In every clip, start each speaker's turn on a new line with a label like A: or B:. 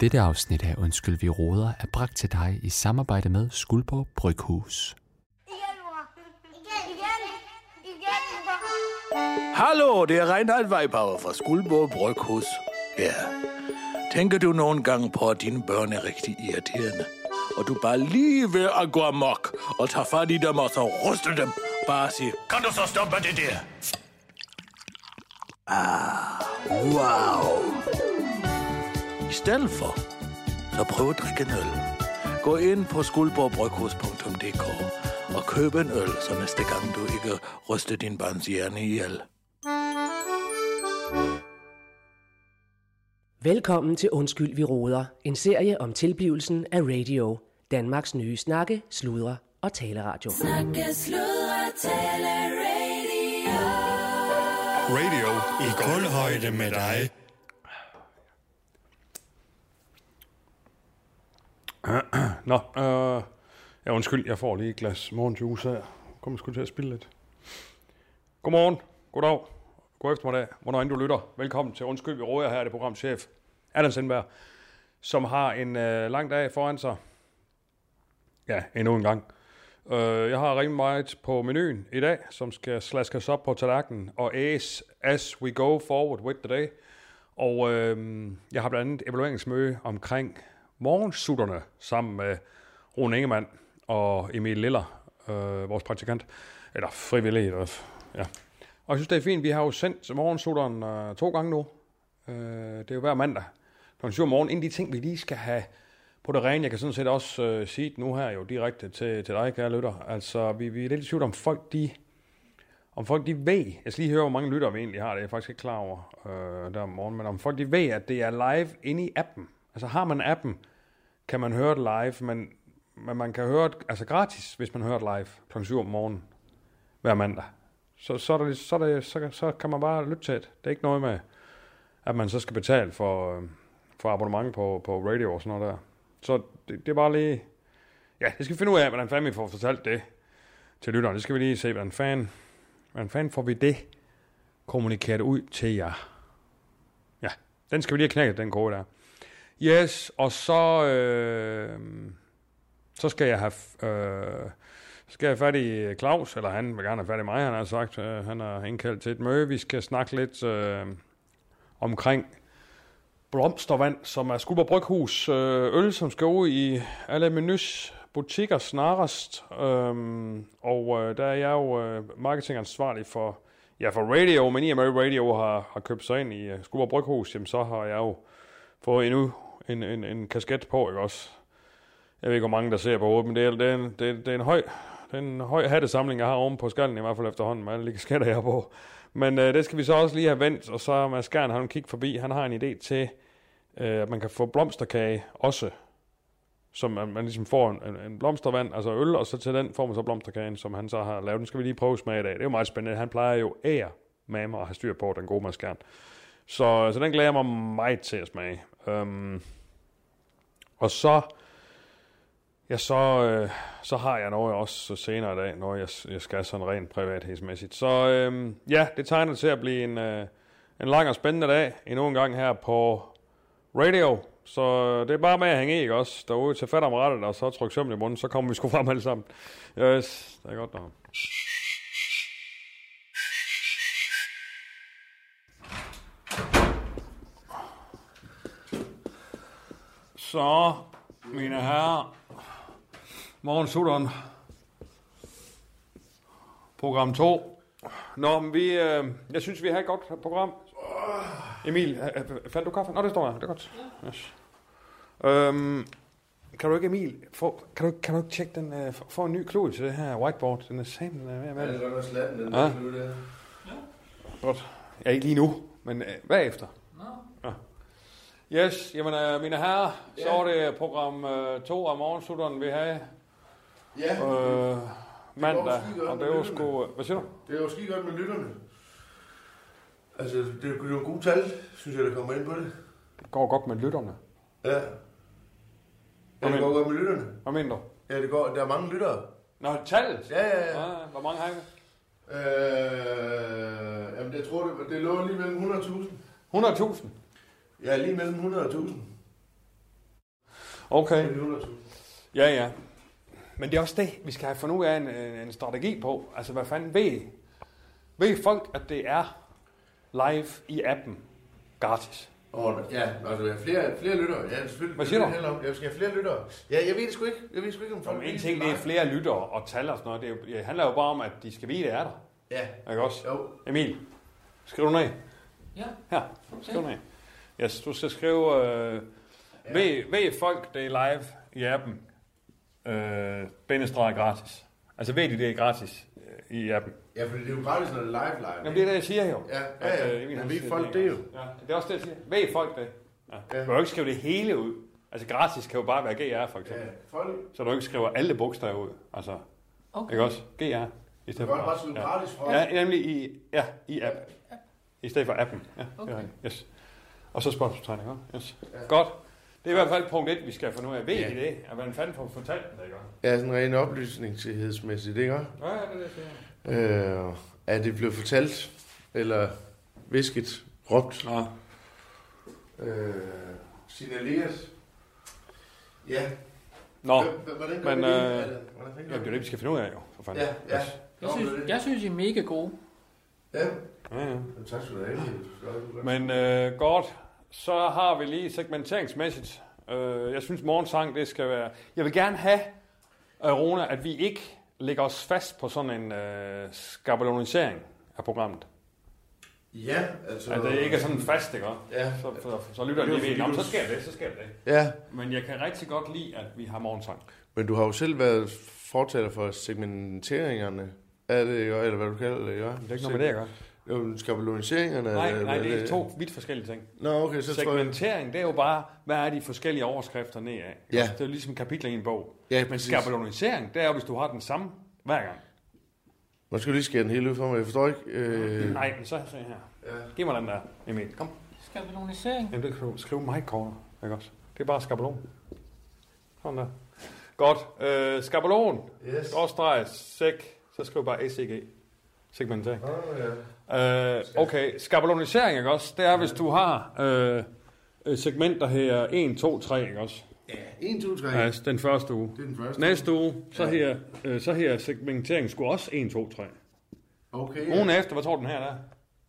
A: Dette afsnit af Undskyld, vi råder er bragt til dig i samarbejde med Skuldborg Bryghus.
B: Igen, mor. Igen, igen, igen, mor.
C: Hallo, det er Reinhard Weibauer fra Skuldborg Bryghus. Ja, tænker du nogle gange på, at dine børn er rigtig irriterende? Og du bare lige ved at gå amok og tage fat i dem og så ryste dem. Bare sige, kan du så stoppe det der? Ah, wow. I stedet for, så prøv at drikke en øl. Gå ind på skuldborgbryghus.dk og køb en øl, så næste gang du ikke ryster din barns hjerne ihjel.
D: Velkommen til Undskyld, vi råder. En serie om tilblivelsen af radio. Danmarks nye snakke, sludre og taleradio.
E: Snakke, sludre, tale, radio.
F: Radio i kulhøjde med dig.
G: Nå, øh, ja, undskyld, jeg får lige et glas morgenjuice her. Kommer sgu til at spille lidt. Godmorgen, goddag, god eftermiddag, hvornår end du lytter. Velkommen til Undskyld, vi råder her er det programchef Allan Sindberg, som har en øh, lang dag foran sig. Ja, endnu en gang. Øh, jeg har rimelig meget på menuen i dag, som skal slaskes op på tallerkenen og æs as we go forward with the day. Og øh, jeg har blandt andet evalueringsmøde omkring morgensutterne sammen med Rune Ingemann og Emil Liller, øh, vores praktikant, eller frivillig. Eller, f- ja. Og jeg synes, det er fint, vi har jo sendt morgensutteren øh, to gange nu. Øh, det er jo hver mandag kl. 7 om morgenen. En af de ting, vi lige skal have på det rene, jeg kan sådan set også øh, sige det nu her jo direkte til, til dig, kære lytter. Altså, vi, vi er lidt i tvivl om folk, de om folk de ved, jeg skal lige høre, hvor mange lyttere vi egentlig har, det er jeg faktisk ikke klar over øh, der om morgenen, men om folk de ved, at det er live inde i appen. Altså har man appen, kan man høre det live, men, men man kan høre det altså gratis, hvis man hører det live kl. 7 om morgenen hver mandag. Så, så, er der, lidt- så, er der, så, så kan man bare lytte til det. Det er ikke noget med, at man så skal betale for, øh, for abonnement på, på radio og sådan noget der. Så det, det er bare lige... Ja, det skal vi finde ud af, hvordan fanden vi får fortalt det til lytteren. Det skal vi lige se, hvordan fanden Hvordan fanden får vi det kommunikeret ud til jer? Ja, den skal vi lige have knækket, den kode der. Yes, og så, øh, så skal jeg have... f- Øh, så skal jeg have fat i Claus, eller han vil gerne have fat i mig, han har sagt. Øh, han har indkaldt til et møde. Vi skal snakke lidt øh, omkring Blomstervand, som er Skuldborg Bryghus øh, øl, som skal ud i alle menus, butikker snarest. Øhm, og øh, der er jeg jo øh, marketingansvarlig for, ja, for radio, men i og med at radio har, har købt sig ind i øh, Skuldborg Bryghus, jamen, så har jeg jo fået endnu en, en, en kasket på, ikke også? Jeg ved ikke, hvor mange der ser på hovedet, men det er, det er, en, det er, det er en høj det er en høj hattesamling, jeg har oven på skallen, i hvert fald efterhånden med alle de kasketter, jeg har på. Men øh, det skal vi så også lige have vendt, og så er Mads Gern, han kigge forbi, han har en idé til, øh, at man kan få blomsterkage også, som man, man ligesom får en, en, en blomstervand, altså øl, og så til den får man så blomsterkagen, som han så har lavet. Den skal vi lige prøve smag i dag. Det er jo meget spændende. Han plejer jo ære med mig at have styr på, den gode Mads Gern. Så, så den glæder jeg mig meget til at smage. Øhm, og så... Ja, så, øh, så har jeg noget også senere i dag, når jeg, jeg skal sådan rent privathedsmæssigt. Så øh, ja, det tegner til at blive en, øh, en lang og spændende dag endnu en gang her på radio. Så det er bare med at hænge i, ikke også? Derude til fat om rettet, og så tryk sømmen i munden, så kommer vi sgu frem alle sammen. Yes, det er godt nok. Så, mine herrer, Morgen, Sudon. Program 2. Nå, men vi, øh, jeg synes, vi har et godt program. Emil, øh, øh, fandt du kaffe? Nå, det står der. Det er godt. Yes. Øhm, kan du ikke, Emil, få, kan, du, kan du ikke tjekke den, øh, få- få en ny klud til det her whiteboard? Den er sammen, den er ved at være
H: Ja, det er godt nok slatten, den
G: Ja.
H: der nu der.
G: Godt. Ja, ikke lige nu, men øh, bagefter. Nå. Ja. Yes, jamen øh, mine herrer, så
H: Ja.
G: var det program 2 af morgensutteren, vi havde
H: Ja,
G: øh, mandag.
H: skide godt
G: Og
H: med
G: det var
H: lytterne.
G: sgu... øh, Hvad siger du?
H: det er jo skide godt med lytterne. Altså, det er jo nogle gode tal, synes jeg, der kommer ind på det.
G: går godt med lytterne.
H: Ja. Ja,
G: Hvad
H: det går godt med lytterne.
G: Hvad mener du?
H: Ja, det går. Der er mange lyttere.
G: Nå, tallet?
H: Ja, ja, ja.
G: ja. Hvor mange har I?
H: Øh, jamen, jeg tror, det, det lå lige mellem 100.000.
G: 100.000.
H: Ja, lige mellem 100.000.
G: Okay.
H: 500.000.
G: Ja, ja. Men det er også det, vi skal have fundet ud af en, øh, en, en strategi på. Altså, hvad fanden ved, ved folk, at det er live i appen gratis?
H: Og ja, altså, jeg har flere, flere lyttere. Ja, selvfølgelig.
G: Hvad siger du?
H: Det handler om- Jeg skal have flere lyttere. Ja, jeg ved det sgu ikke. Jeg ved sgu ikke, om folk...
G: Om en
H: vil
G: ting, det er
H: lide
G: flere lyttere og tal og sådan noget. Det, er jo, det handler jo bare om, at de skal vide, det er der.
H: Ja,
G: Ikke også?
H: jo.
G: Emil, skriv du ned.
I: Ja.
G: Her, skriv ned. Yes, du skal skrive, øh, ved, ved folk, det er live i appen, øh, bindestreg gratis. Altså ved de, det er gratis øh, i appen.
H: Ja, for det er jo gratis, når det er live live.
G: Jamen, det er det, jeg siger jo.
H: Ja, ja, ja.
G: øh, Emil,
H: Men
G: han
H: ved
G: siger
H: folk det jo.
G: Ja, det er også det, jeg siger. Ved folk det. Ja.
H: Ja.
G: Du kan jo ikke skrive det hele ud. Altså gratis kan jo bare være GR, for eksempel.
H: Ja, folk...
G: Så du ikke skriver alle bogstaver ud. Altså,
I: Okay.
G: ikke også? GR. I
H: Du
G: stedet
H: kan godt bare skrive
G: ja.
H: gratis fra.
G: Ja, nemlig i, ja, i app. I stedet for appen. Ja, okay. det er rigtigt. yes. Og så spørgsmålstegn, ikke? også? Yes. Ja. Godt. Det er i hvert fald punkt 1, vi skal finde ud af. Ved
H: Ja.
G: ja. I det? At man fandt på fortalt det, ikke? også?
H: Ja, sådan rent oplysningshedsmæssigt, ikke?
G: Ja, ja, det er det, jeg siger.
H: Øh, er det blevet fortalt, eller visket, råbt,
G: Nå,
H: øh, signaleret? Ja.
G: Nå.
H: H- hvordan gør
G: men,
H: vi det?
G: øh,
H: Er det- hvordan
G: Jamen,
H: tænker
G: det er
H: du?
G: jo det, vi skal finde ud af, jo. For fanden.
H: Ja, ja.
G: Yes.
I: Jeg
H: Nå,
I: synes,
H: men det-
I: jeg synes, I er mega gode.
H: Ja,
G: Ja, ja.
H: Jamen, tak skal du have. Emil. Det er godt, du gør.
G: Men øh, godt, så har vi lige segmenteringsmæssigt. Øh, jeg synes, morgensang, det skal være... Jeg vil gerne have, øh, Rona, at vi ikke lægger os fast på sådan en øh, skabelonisering af programmet.
H: Ja, altså...
G: At det ikke er sådan fast, ikke? også?
H: Ja.
G: Så, så, så lytter jeg
H: Det er
G: lige ved,
H: fordi,
G: "Nå, men
H: du-
G: så sker det, så sker det.
J: Ja,
G: Men jeg kan rigtig godt lide, at vi har morgensang.
J: men du har jo selv været fortaler for segmenteringerne. Er det jo, eller hvad du kalder det, ja? Det er
G: gør.
J: Jo, men skabeloniseringer,
G: Nej,
J: eller
G: nej,
J: hvad
G: det er to vidt forskellige ting.
J: Nå, okay, så tror jeg...
G: Segmentering, det er jo bare, hvad er de forskellige overskrifter nedad? ikke?
J: Ja.
G: Det er jo ligesom kapitler i en bog.
J: Ja,
G: Men
J: præcis.
G: skabelonisering, det er jo, hvis du har den samme hver gang.
J: Man skal du lige skære den hele ud for mig, jeg forstår ikke. Øh,
G: Nej, men så se her.
H: Ja.
G: Giv mig den der, Emil. Kom.
I: Skabelonisering.
G: Jamen, det kan du skrive mig kortere, ikke også? Det er bare skabelon. Sådan der. Godt. Øh, skabelon.
H: Yes.
G: Skråstreg, sæk. Så skriv bare SEG. Segmentering.
H: Åh, ja.
G: Øh, okay, skabelonisering, ikke også? Det er, hvis du har øh, øh, segmenter her 1, 2, 3, ikke også?
H: 1, 2, 3.
G: Ja, den første uge.
H: Det er den første.
G: Næste uge, så her, øh, så her segmenteringen skulle også 1, 2, 3.
H: Okay.
G: Ugen efter, hvad tror du den her er?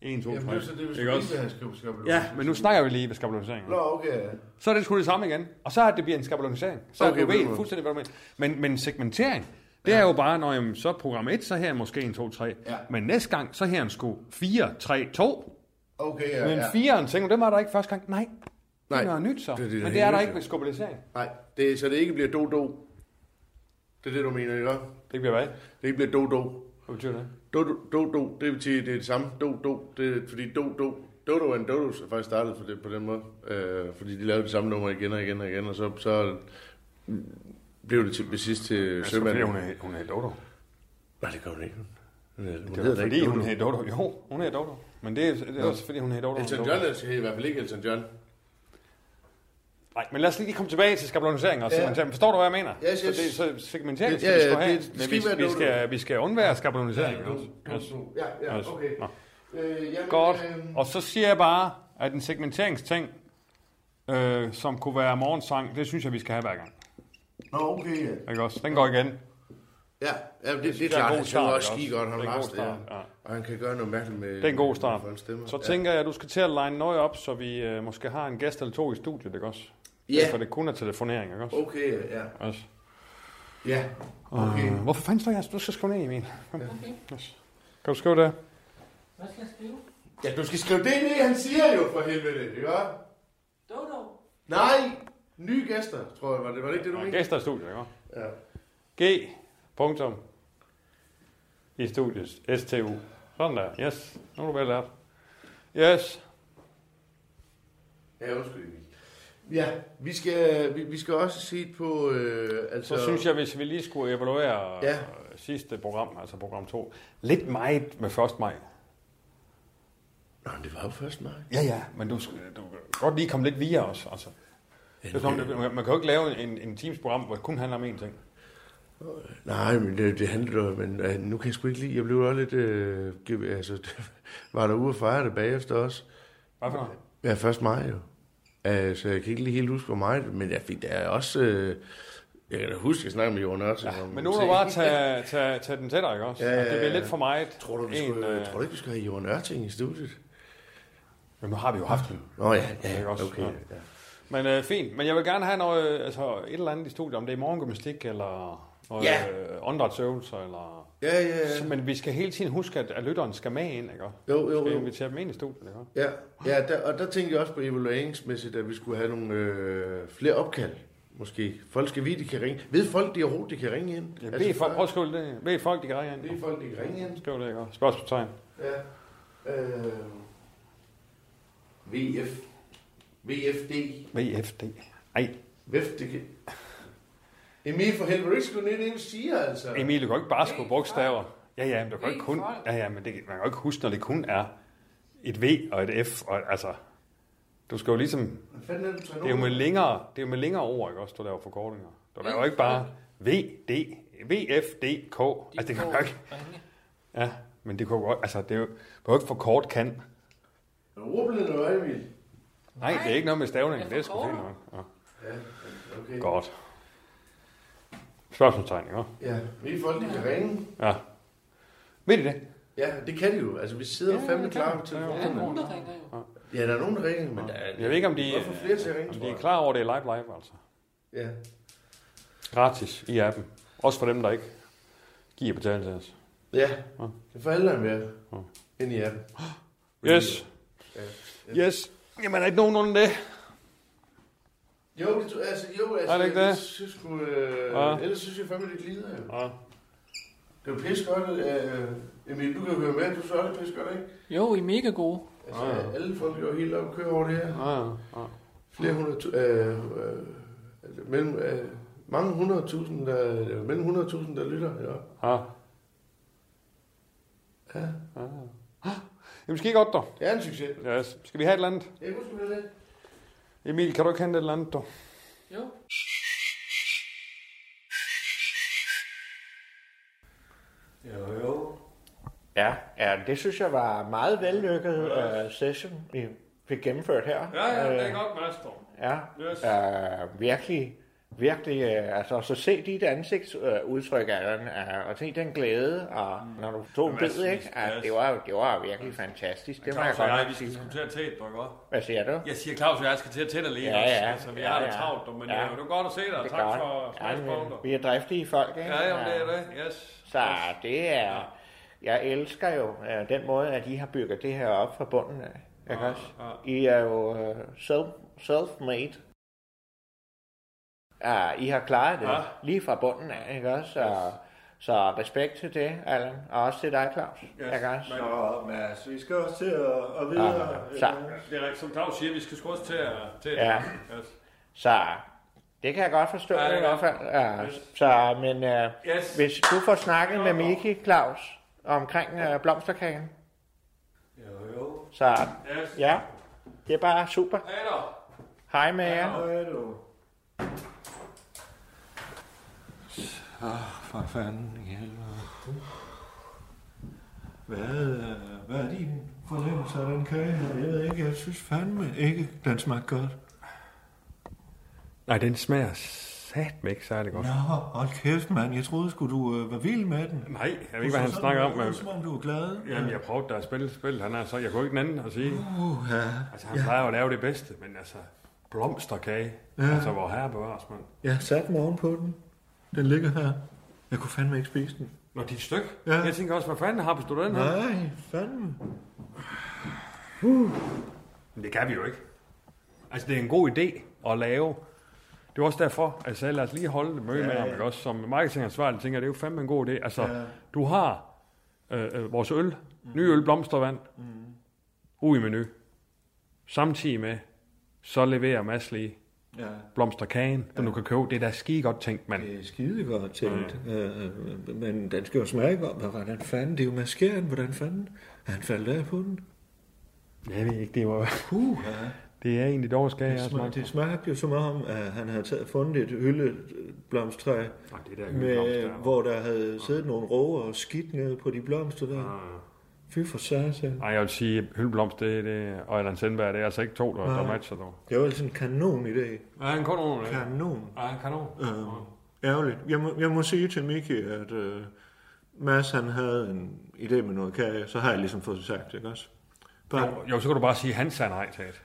G: 1, 2, 3.
H: Jamen, det er så det, hvis
G: ikke
H: du ikke vil
G: også?
H: have skab- skabelon.
G: Ja, men nu snakker vi lige ved skabeloniseringen.
H: Nå, okay. ja.
G: Så er det sgu det samme igen. Og så er det bliver en skabelonisering. Så
H: Okay,
G: okay, du
H: på den
G: ved
H: måde.
G: fuldstændig, hvad du mener. Men, men segmentering, det ja. er jo bare, når jamen, så program 1, så her er måske en 2, 3.
H: Ja.
G: Men næste gang, så her en sgu 4, 3, 2.
H: Okay, ja,
G: Men
H: ja.
G: 4'eren tænker, det var der ikke første gang. Nej, det
J: Nej,
G: er noget nyt så.
J: det er
G: Det,
J: det, der
G: det, men det
J: hele
G: er der
J: tiden.
G: ikke ved skabelonisering.
J: Nej, det, så det ikke bliver do-do. Det er det, du mener, ikke?
G: Det bliver hvad?
J: Det ikke bliver do-do.
G: Hvad betyder det?
J: Do-do, do-do, det betyder, det er det samme. Do-do, det er fordi do-do. Dodo and Dodos er faktisk startet for det, på den måde, øh, fordi de lavede det samme nummer igen og igen og igen, og så, så blev det til, sidst til sømanden.
G: er, hun er Dodo.
J: Nej, det gør hun ikke. Hun hedder- hun
G: Det er
J: hedder da
G: fordi,
J: ikke
G: hun
J: Dodo.
G: er Dodo. Jo, hun er Dodo. Men det er, det er også fordi, hun er Dodo.
J: Elton John er i hvert fald ikke Elton John.
G: Nej, men lad os lige komme tilbage til skabelonisering og
H: Ja.
G: segmentering. Forstår du, hvad jeg mener?
H: Yes,
G: Så, det,
H: yes.
G: så segmentering skal
J: Ja,
G: vi
J: ja,
G: sgu have,
J: det skal
G: men vi,
J: være
G: vi,
J: noget-
G: skal, vi skal undvære skabelonisering.
H: Do,
G: også.
H: do,
G: Yes.
H: do. Ja, ja,
G: Yes.
H: okay.
G: Nå.
H: Øh, jamen,
G: Godt.
H: øhm,
G: Og så siger jeg bare, at en segmenteringsting, øh, som kunne være morgensang, det synes jeg, vi skal have hver gang.
H: Nå, okay, ja.
G: Ikke også? Den går igen.
J: Ja, ja det, det, det,
G: er
J: er
G: en
J: klart.
G: god
J: Han synger
G: start,
J: også
G: ikke
J: skide
G: også?
J: godt, ham
G: Det er en
J: Lars.
G: god
J: der.
G: start, ja.
J: Og han kan gøre noget mærkeligt med,
G: Det er en god start.
J: med folks stemmer.
G: Så tænker jeg, at du skal til at line noget op, så vi øh, måske har en gæst eller to i studiet, ikke også?
J: Ja.
G: For det kun er telefonering, ikke også?
H: ja. Okay, ja.
G: Også.
H: Ja, okay.
J: Oh.
G: Øh, Hvorfor fanden står jeg? Du skal skrive ned, Emil. Kom. Yes. Kan du skrive det?
I: Hvad skal jeg skrive?
H: Ja, du skal skrive det ned, han siger jo for helvede, ikke også?
I: Dodo.
H: Nej! Nye gæster, tror jeg, var det, var det ikke det, du
G: Nå,
H: mente?
G: Gæster i studiet, ikke også?
H: Ja.
G: G. Punktum. I studiet. STU. Sådan der. Yes. Nu er du vel lært. Yes.
H: Ja, undskyld. Emil. Ja, vi skal, vi, vi skal også se på, øh,
G: Så,
H: altså...
G: så synes jeg, hvis vi lige skulle evaluere
H: Ja.
G: ja. sidste program, altså program 2, lidt meget med 1. maj.
J: Nå, det var jo først mig.
G: Ja, ja. Men du, skal- du kan godt lige komme lidt via os. Altså. Det er, som om, det- man man kan jo ikke lave en, en teams program, hvor det kun handler om én ting.
J: Nej, men det, det handler jo, men øh, nu kan jeg sgu ikke lide, jeg blev også lidt, øh, ge- altså, var der ude at fejre det bagefter også.
G: Hvad for noget?
J: Ja, først mig jo. Øh, så jeg kan ikke lige helt huske, hvor meget, men jeg fik der også... Øh, jeg kan da huske, at jeg snakkede med Johan Ørtsen. Ja,
G: Men nu må du bare tage, tage, tage den tættere, ikke også?
J: Ja,
G: Ja,
J: ja,
G: ja, ja. Det bliver
J: ja.
G: lidt for meget.
J: Tror du, vi skulle, øh, tror du ikke, vi skulle have Johan Ørting i studiet?
G: Men nu har vi jo haft den.
J: Nå ja, ja,
G: Ikke også?
J: okay.
G: Ja.
J: Ja.
G: Men øh, fint. Men jeg vil gerne have noget, altså et eller andet i studiet, om det er morgengymnastik eller noget
J: Ja.
G: øh, åndedrætsøvelser. Eller...
J: Ja, ja, ja.
G: Så, men vi skal hele tiden huske, at, at lytteren skal med ind, ikke også?
J: Jo, jo,
G: Skal
J: jo.
G: invitere dem ind i studiet, ikke også?
J: Ja, ja der, og der tænkte jeg også på evalueringsmæssigt, at vi skulle have nogle øh, flere opkald, måske. Folk skal vide, de kan ringe. Ved folk, de overhovedet, de kan ringe ind?
G: Ja, bed folk, prøv at skrive det. Bed folk, de kan ringe ind.
J: Bed folk, de kan ringe ind.
G: Skriv det, ikke også? Spørgsmålstegn.
J: Ja. Øh, VF. VFD.
G: VFD. Ej,
J: VFD. Emil for helvede, ikke skulle ned det, du siger, altså.
G: Emil, du kan jo ikke bare skrive bogstaver. Ja, ja, men du kan jo ikke kun... Ja, ja, men det, man kan jo ikke huske, når det kun er et V og et F. Og, altså, du skal jo ligesom...
J: Hvad fanden er det, du tager
G: Det er jo med
J: nogen?
G: længere, det er jo med længere ord, ikke også, du laver forkortninger. Du laver jo ikke bare V, D, V, F, D, K. Altså, det kan jo ikke... Ja, men det kunne jo godt... Altså, det er jo, det er jo ikke for kort kan.
J: Er du ordblind, eller hvad, Emil?
G: Nej, det er ikke noget med stavning. Det er sgu fint nok. Ja.
J: Ja, okay.
G: Godt. Spørgsmålstegn, ikke også?
J: Ja, ved folk, de kan ringe.
G: Ja. Ved I det?
J: Ja, det kan de jo. Altså, vi sidder ja, fandme klar til telefonerne. Ja, der er nogen, der ringer, men der er...
G: Jeg ved ikke, om de,
J: Hvorfor flere til at ringe,
G: om
J: tror
G: de er
J: jeg?
G: klar over, at det er live live, altså.
J: Ja.
G: Gratis i appen. Også for dem, der ikke giver betaling til os.
J: Ja, det får alle med ind i appen.
G: Yes. Yes. Jamen, er ikke nogenlunde det?
J: Jo, det tror altså, jo, altså,
G: Er det ikke det?
J: ellers så skulle, øh,
G: Ja.
J: ellers synes jeg fandme, det glider, jo.
G: Ja.
J: Det er jo pisse godt, øh, Emil, du kan jo høre med, du så er det pisse godt, ikke?
I: Jo, I er mega gode.
J: Altså,
K: Ah,
J: alle folk er jo helt op og kører over det her.
G: Ja, ja.
J: Flere hundrede, tu- øh, øh, altså, mellem, øh, mange hundrede tusind, der, øh, mellem hundrede tusind, der lytter, ja.
G: Ja.
J: Ja.
G: Jamen, skal I godt, dog?
J: Det er en succes.
G: Yes. Skal vi have et eller andet?
J: Jeg husker det lidt.
G: Emil, kan du ikke hente et eller andet, dog?
I: Jo.
K: Jo, jo. Ja, ja, det synes jeg var en meget vellykket øh, session, vi fik gennemført her. Øh,
G: godt, Master.
K: Ja,
G: Yes.
K: øh, virkelig, virkelig, øh, altså så se dit ansigtsudtryk af den, øh, og se den glæde, og mm. når du tog en
L: Jamen,
K: bid,
L: jeg
K: ikke?
L: synes,
K: Ja,
L: yes.
K: det, var, jo- det var jo virkelig fantastisk, det må jeg
L: Claus og
K: godt
L: jeg,
K: nok
L: vi skal
K: sige.
L: diskutere tæt, du godt?
K: Hvad siger du?
L: Jeg siger, Claus og jeg skal til at tætte alene
K: Ja,
L: også.
K: ja.
L: Altså, vi
K: Ja,
L: har det
K: ja.
L: travlt, du, men
K: Ja.
L: ja. det var godt at se dig.
K: Det er
L: Tak
K: godt.
L: for
K: Ja, men
L: spørgsmålet.
K: Vi er driftige folk, ikke?
L: Ja, jamen, det er det. Yes.
K: Så det er... Jeg elsker jo øh, den måde, at I har bygget det her op fra bunden af. Ikke
L: Ja,
K: også? I er jo øh, self, self-made. Ja, I har klaret det
L: Ja.
K: lige fra bunden af, ikke også? Så, så respekt til det, Allan, og også til dig, Claus. Ikke også?
L: Så,
K: Mads,
L: vi skal også til at, at
K: videre, Ja, ja. Så. ikke?
L: Det er rigtigt, som Claus siger, vi skal sgu også til at tætte.
K: Ja.
L: Yes.
K: Så det kan jeg godt forstå
L: Ja, det
K: ja, i
L: er
K: hvert fald. Ja, så, men øh,
L: Yes.
K: hvis du får snakket med Miki, Claus, omkring øh, blomsterkagen,
L: Jo, jo.
K: så
L: Yes.
K: ja, det er bare super.
L: Hej da.
K: Hej med jer.
L: Hej du.
K: Ah,
L: for fanden i helvede. Hvad, øh, hvad er din fornemmelse af den kage her? Jeg ved ikke, jeg synes fandme ikke, den smagte godt.
G: Nej, den smager satme ikke særlig godt.
L: Nå, hold kæft, mand. Jeg troede, skulle du øh, var vild med den.
G: Nej, jeg ved ikke, hvad han snakker om.
L: Men... Som om du er glad.
G: Jamen, jeg prøvede da at spille spil. Han er så, jeg kunne ikke den anden at sige.
L: Uh, ja.
G: Altså, han plejer jo at lave det bedste, men altså, blomsterkage.
L: Ja.
G: Altså, hvor herre bevares, mand.
L: Jeg satte mig ovenpå den. Den ligger her. Jeg kunne fandme ikke spise den.
G: Nå, dit stykke.
L: Ja.
G: Jeg tænker også, hvad fanden har du den her?
L: Nej, fandme. Uh.
G: Men det kan vi jo ikke. Altså, det er en god idé at lave. Det er også derfor, at jeg sagde, lad os lige holde det møde
L: Ja,
G: med ham,
L: ja.
G: ikke også? Som marketingansvarlig tænker, jeg, det er jo fandme en god idé. Altså,
L: Ja.
G: du har øh, øh, vores øl, mm. ny øl, blomstervand, mm. ude i menu. Samtidig med, så leverer Mads lige
L: Ja.
G: blomsterkagen, som du kan købe. Det er da skide godt tænkt, mand.
L: Det er skide godt tænkt.
G: Mm.
L: Ja. Øh, men den skal jo smage godt. Men Hvordan fanden? Det er jo maskeren. Hvordan fanden? Er han faldet af på den?
G: Jeg ved ikke, det var...
L: Uh,
G: Det er egentlig dårlig skage, jeg har
L: det, smag,
G: smagt.
L: det smagte jo som om, at han havde taget, fundet et hyldeblomstræ,
G: der
L: med, øh,
G: hyldeblomster, Ah,
L: hvor der havde siddet nogle råger og skidt nede på de blomster der. Fy for satan.
G: Nej, jeg vil sige, Hylblomst det, det, og Allan Sandberg, det er altså ikke to, der, der
L: Nej.
G: matcher dog.
L: Det var altså en kanon i dag.
G: Ja, en kanon. ikke?
L: Kanon.
G: Ja, en kanon.
L: Øhm, ærgerligt. Jeg må, jeg må sige til Miki, at øh, Mads han havde en idé med noget kage, så har jeg ligesom fået det sagt, ikke også? Bare,
G: Jo, jo, så kan du bare sige, han sagde nej til det.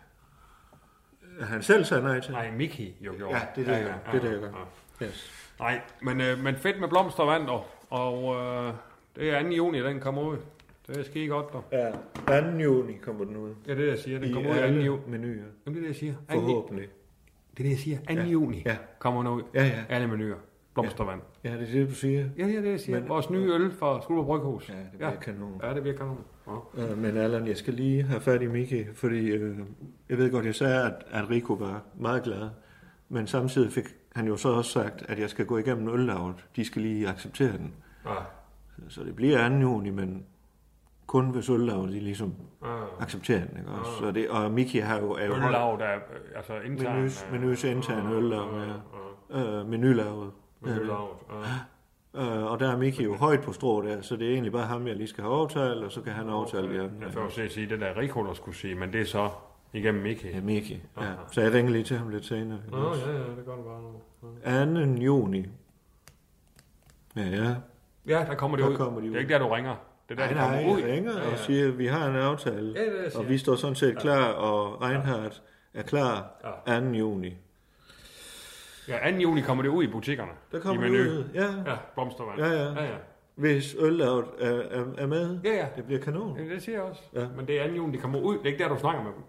L: at han selv sagde nej til.
G: Nej, Miki jo gjorde.
L: Ja, det er det, jeg gør. Det er det, jeg gør.
G: ja. Nej, men, øh, men fedt med blomster og vand, dog. og øh, det er 2. juni, den kommer ud. Det er skide godt, dog.
L: Ja, 2. juni kommer den ud.
G: Ja, det er det, jeg siger. Den
L: I
G: kommer ud
L: alle
G: anden juni.
L: menuer.
G: Jamen, det er det, jeg siger. Anden-
L: Forhåbentlig.
G: Det er det, jeg siger. 2.
L: Ja.
G: juni
L: Ja.
G: kommer den ud.
L: Ja, ja.
G: Alle menuer. Blomstervand.
L: Ja, det er det, du siger.
G: Ja, det er det, jeg siger.
L: Men-
G: Vores nye øl fra Skulder Bryghus. Ja, det
L: bliver kanon.
G: Ja, det bliver kanon. Ja.
L: Øh, men Allan, jeg skal lige have fat i Miki, fordi øh, jeg ved godt, jeg sagde, at, at Rico var meget glad. Men samtidig fik han jo så også sagt, at jeg skal gå igennem øllavet. De skal lige acceptere den.
G: Ja.
L: Så det bliver 2. juni, men kun hvis øllavet de ligesom
G: Ja.
L: accepterer den. Ikke? Også?
G: Ja.
L: Så det, og Miki har jo... Er jo holdt-
G: Ah. Øllav, der er øh, altså intern.
L: Menus,
G: øh,
L: menus intern øllav, ja. Øh, menulavet.
G: Menulavet,
L: Ja. Øh, og der er Miki jo højt på strå der, så det er egentlig bare ham, jeg lige skal have overtalt, og så kan han overtale okay. jer.
G: Jeg får jo se at sige, det der Rico, der skulle sige, men det er så igennem Miki. Ja,
L: Miki. Ja. Så jeg ringer lige til ham lidt senere.
G: Nå, ja, ja, det gør du bare nu. Ja.
L: 2. juni. Ja, ja.
G: Ja, der kommer det ud.
L: Kommer de
G: det
L: ud.
G: er ikke der, du ringer. Det er der,
L: Nej,
G: det
L: nej,
G: kommer ud.
L: jeg ringer
G: Ja, ja.
L: og siger, at vi har en aftale,
G: Ja, det er det, jeg siger.
L: og vi står sådan set klar, og Reinhardt er klar 2. juni.
G: Ja, 2. juni kommer det ud i butikkerne.
L: Der kommer
G: I
L: det ud, ja.
G: Ja, blomstervand.
L: Ja, ja.
G: ja, ja.
L: Hvis øllavet er, er, er med,
G: Ja, ja.
L: det bliver kanon.
G: Jamen, Det siger jeg også.
L: Ja.
G: Men det er 2. juni, det kommer ud. Det er ikke der, du snakker med dem.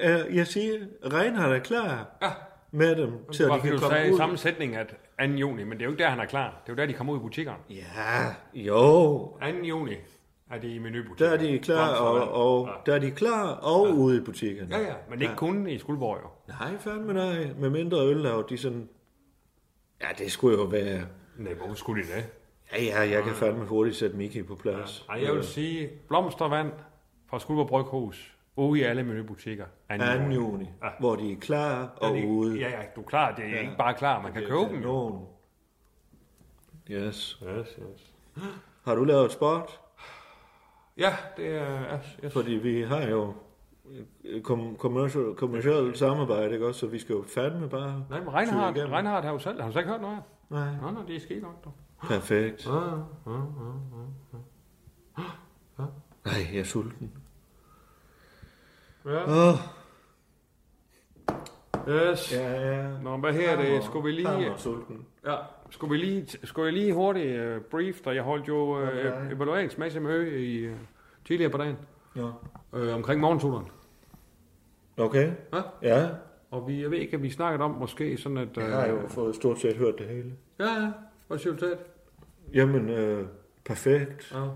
L: Nej. Øh, Jeg siger, Reinhardt er klar
G: ja.
L: med dem, til
G: Det
L: at
G: var,
L: de
G: fordi
L: kan
G: du
L: komme
G: sagde
L: ud.
G: i samme sætning, at 2. juni, men det er jo ikke der, han er klar. Det er jo der, de kommer ud i butikkerne.
L: Ja, jo.
G: 2. juni er de i menubutikken.
L: Der er de klar, og, og der er de klar og ja. ude i butikkerne.
G: Ja, ja, men ikke kun i Skuldborg jo.
L: Nej, fandme nej. Med mindre øllavet, de sådan... Ja, det skulle jo være...
G: Nej, hvorfor skulle de det?
L: Ja, ja, jeg kan fandme hurtigt sætte Miki på plads.
G: Ah.
L: Øh,
G: Ej, jeg vil sige, blomstervand fra Skuldborg Bryghus, ude i alle menubutikker.
L: 2. juni, ja. hvor de er klar og
G: det-
L: ude.
G: Ah. Ja, ja, du er klar. Det er ja. ikke bare klar, man kan
L: Det er
G: købe dem.
L: kanon. Yes.
G: Yes, yes.
L: Har du lavet sport?
G: Ja, det er... Yes, yes.
L: Fordi vi har jo kom, commercial, commercial samarbejde, ikke også? Så vi skal jo fandme bare...
G: Nej, men
L: tyde
G: Reinhardt,
L: igennem.
G: Reinhardt har jo selv... Har du så ikke hørt noget af?
L: Nej.
G: Nå, nå, det er sket nok, dog.
L: Perfekt.
G: Ja, ja, ja, ja.
L: Nej, jeg er sulten.
G: Ja.
L: Åh.
G: Yes.
L: Ja, ja.
G: Nå, hvad her er
L: Hammer-
G: det? Skulle vi lige...
L: hammer sulten.
G: Ja. Skulle vi lige, skulle jeg lige hurtigt uh, brief dig? Jeg holdt jo uh,
L: Okay.
G: evalueringsmæssig med Høge i, uh, tidligere på dagen.
L: Ja.
G: Uh, omkring morgenturen.
L: Okay.
G: Ja?
L: Ja.
G: Og vi, jeg ved ikke, at vi snakkede om måske sådan, at... øh,
L: Jeg har jo fået stort set hørt det hele.
G: Ja, ja. Hvad siger du til det?
L: Jamen, øh, perfekt.
G: Ja.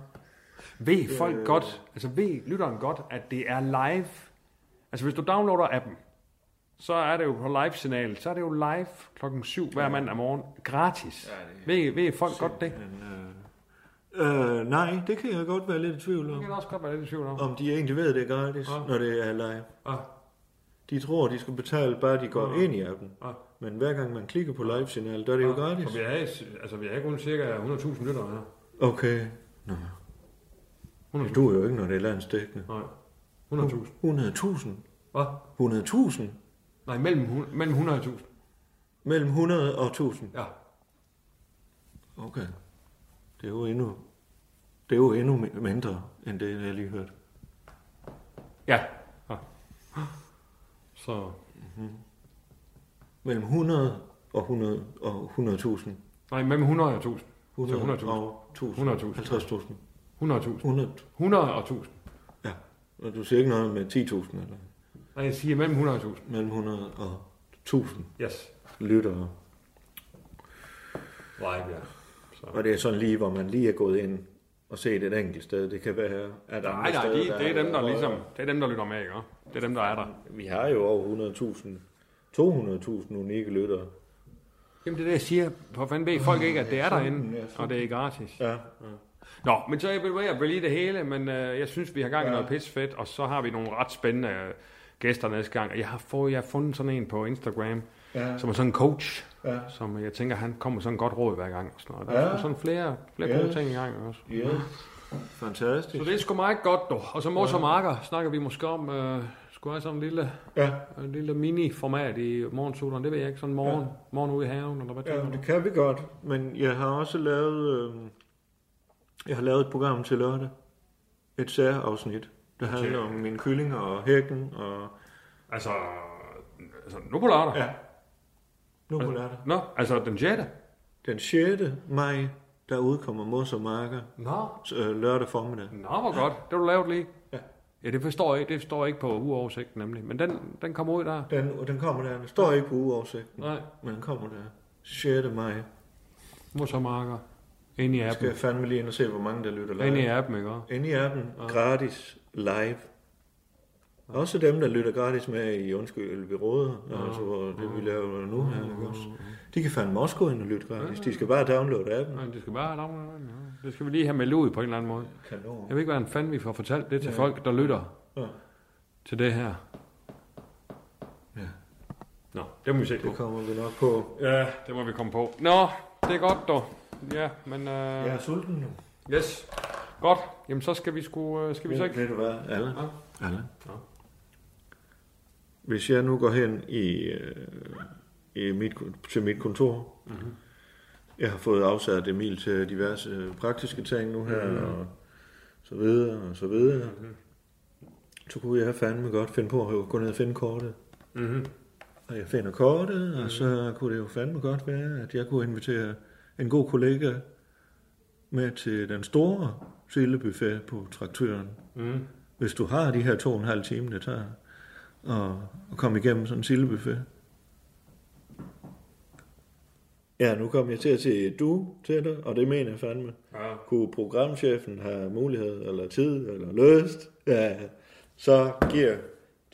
G: Ved folk
L: Øh.
G: godt, altså ved lytteren godt, at det er live. Altså hvis du downloader appen, så er det jo på live-signal, så er det jo live klokken 7 hver mandag morgen, gratis. Ja, ved, ved folk godt det?
L: Øh, nej, det kan jeg godt være lidt i tvivl
G: Det
L: om.
G: kan også godt være lidt i tvivl om.
L: Om de egentlig ved, det er gratis,
G: Ja.
L: når det er live.
G: Ja.
L: De tror, de skal betale, bare de går
G: Ja.
L: ind i appen.
G: Ja.
L: Men hver gang man klikker på live-signal, der er det jo gratis.
G: Og vi er, altså, vi er kun cirka 100.000 lyttere her.
L: Okay. Nå. Det duer jo ikke, når det er landsdækkende.
G: Nej. 100.000.
L: 100.000?
G: Hvad?
L: 100.000?
G: Nej, mellem, hun- mellem 100.000.
L: Mellem 100 og 1000?
G: Ja.
L: Okay. Det er jo endnu, det er jo endnu mi- mindre, end det, jeg lige hørte.
G: Ja. ja. Så,
L: Mellem 100 og 100 og 100.000.
G: nej, mellem 100.000.
L: 100
G: 100.000.
L: og 1000.
G: 100.000.
L: 50.000.
G: 100.000.
L: 100.
G: 100 og 1000.
L: Ja. Og du siger ikke noget med 10.000, eller?
G: Nej, jeg siger mellem 100.000.
L: Mellem 100 og 1000
G: Yes.
L: lyttere.
G: Live, ja. Så.
L: Og det er sådan lige, hvor man lige er gået ind og set et enkelt sted. Det kan være, at der
G: Nej, nej,
L: steder,
G: de, det er dem, der
L: højere.
G: ligesom, det er dem, der lytter med, ikke? Det er dem, der er der.
L: Vi har jo over 100.000, 200.000 unikke lyttere.
G: Jamen, det er det, jeg siger. For fanden ved folk ikke, at det er derinde,
L: Ja,
G: og det er gratis.
L: Ja.
G: Nå, men så evaluerer vi lige det hele, men øh, jeg synes, vi har gang i noget pis fedt, og så har vi nogle ret spændende øh, gæster næste gang. Jeg har, fået, jeg har fundet sådan en på Instagram,
L: Ja.
G: som er sådan en coach,
L: Ja.
G: som jeg tænker, han kommer med sådan et godt råd hver gang. Og sådan noget. Der er
L: Ja.
G: sådan flere, flere
L: Yes.
G: gode ting i gang også.
L: Yes. Fantastisk.
G: Så det er sgu meget godt, dog. Og så Mors
L: Ja.
G: og Marker snakker vi måske om, øh, skulle have sådan en lille,
L: Ja.
G: en lille mini-format i morgensutteren. Det ved jeg ikke, sådan morgen,
L: Ja.
G: ja. morgen ude i haven, eller hvad
L: Ja,
G: tænker
L: men
G: du?
L: det kan vi godt, men jeg har også lavet, øh, jeg har lavet et program til lørdag. Et særafsnit, der
G: Okay.
L: handler om mine kyllinger og hækken og...
G: Altså, altså nu på lørdag?
L: Ja. Nu på lørdag.
G: Nå, altså den 6.
L: Den 6. maj, der udkommer Mos og Marker.
G: Nå.
L: Så, øh, lørdag formiddag.
G: Nå, hvor godt. Det har du lavet lige. Ja. Ja, det forstår jeg ikke. Det står ikke på uoversigten nemlig. Men den, den kommer ud der.
L: Den, og den kommer der. Den står ikke på uoversigten.
G: Nej.
L: Men den kommer der. 6. maj.
G: Mos og Marker. Ind i appen.
L: Skal jeg fandme lige ind og se, hvor mange der lytter live.
G: Ind i appen, ikke også?
L: Ind i appen. Gratis. Live. Også dem, der lytter gratis med i Undskyld, vi råder.
G: Ja.
L: Altså, hvor det vi laver nu her. ikke også? De kan fandme også gå ind og lytte gratis. De skal bare downloade appen.
G: Nej, det skal bare ja. Det skal vi lige have meldt ud på en eller anden måde.
L: Kanon.
G: Jeg ved ikke, hvordan fanden vi får fortalt det til
L: Ja.
G: folk, der lytter
L: Ja.
G: til det her.
L: Ja.
G: Nå, det må vi se på.
L: Det kommer vi nok på.
G: Ja, det må vi komme på. Nå, det er godt dog. Ja, men... Øh... Jeg
L: er sulten nu.
G: Yes. Godt. Jamen så skal vi sgu... Øh, skal vi så ikke...
L: Ved du hvad, alle?
G: Ja.
L: Alle?
G: Ja.
L: Hvis jeg nu går hen i, øh, i mit, til mit kontor,
G: Mhm.
L: mm-hmm. jeg har fået afsat Emil til diverse øh, praktiske ting nu her,
G: Mhm.
L: mm-hmm. og så videre, og så videre. Mm-hmm. Så kunne jeg fandme godt finde på at gå ned og finde kortet.
G: Mhm.
L: Og jeg finder kortet, mm-hmm. og så kunne det jo fandme godt være, at jeg kunne invitere en god kollega med til den store sildebuffet på traktøren.
G: Mhm.
L: Hvis du har de her to og en halv time, det tager og, og komme igennem sådan en sildebuffet. Ja, nu kom jeg til at sige du til dig, og det mener jeg fandme.
G: Ja.
L: Kunne programchefen have mulighed, eller tid, eller lyst, ja, så giver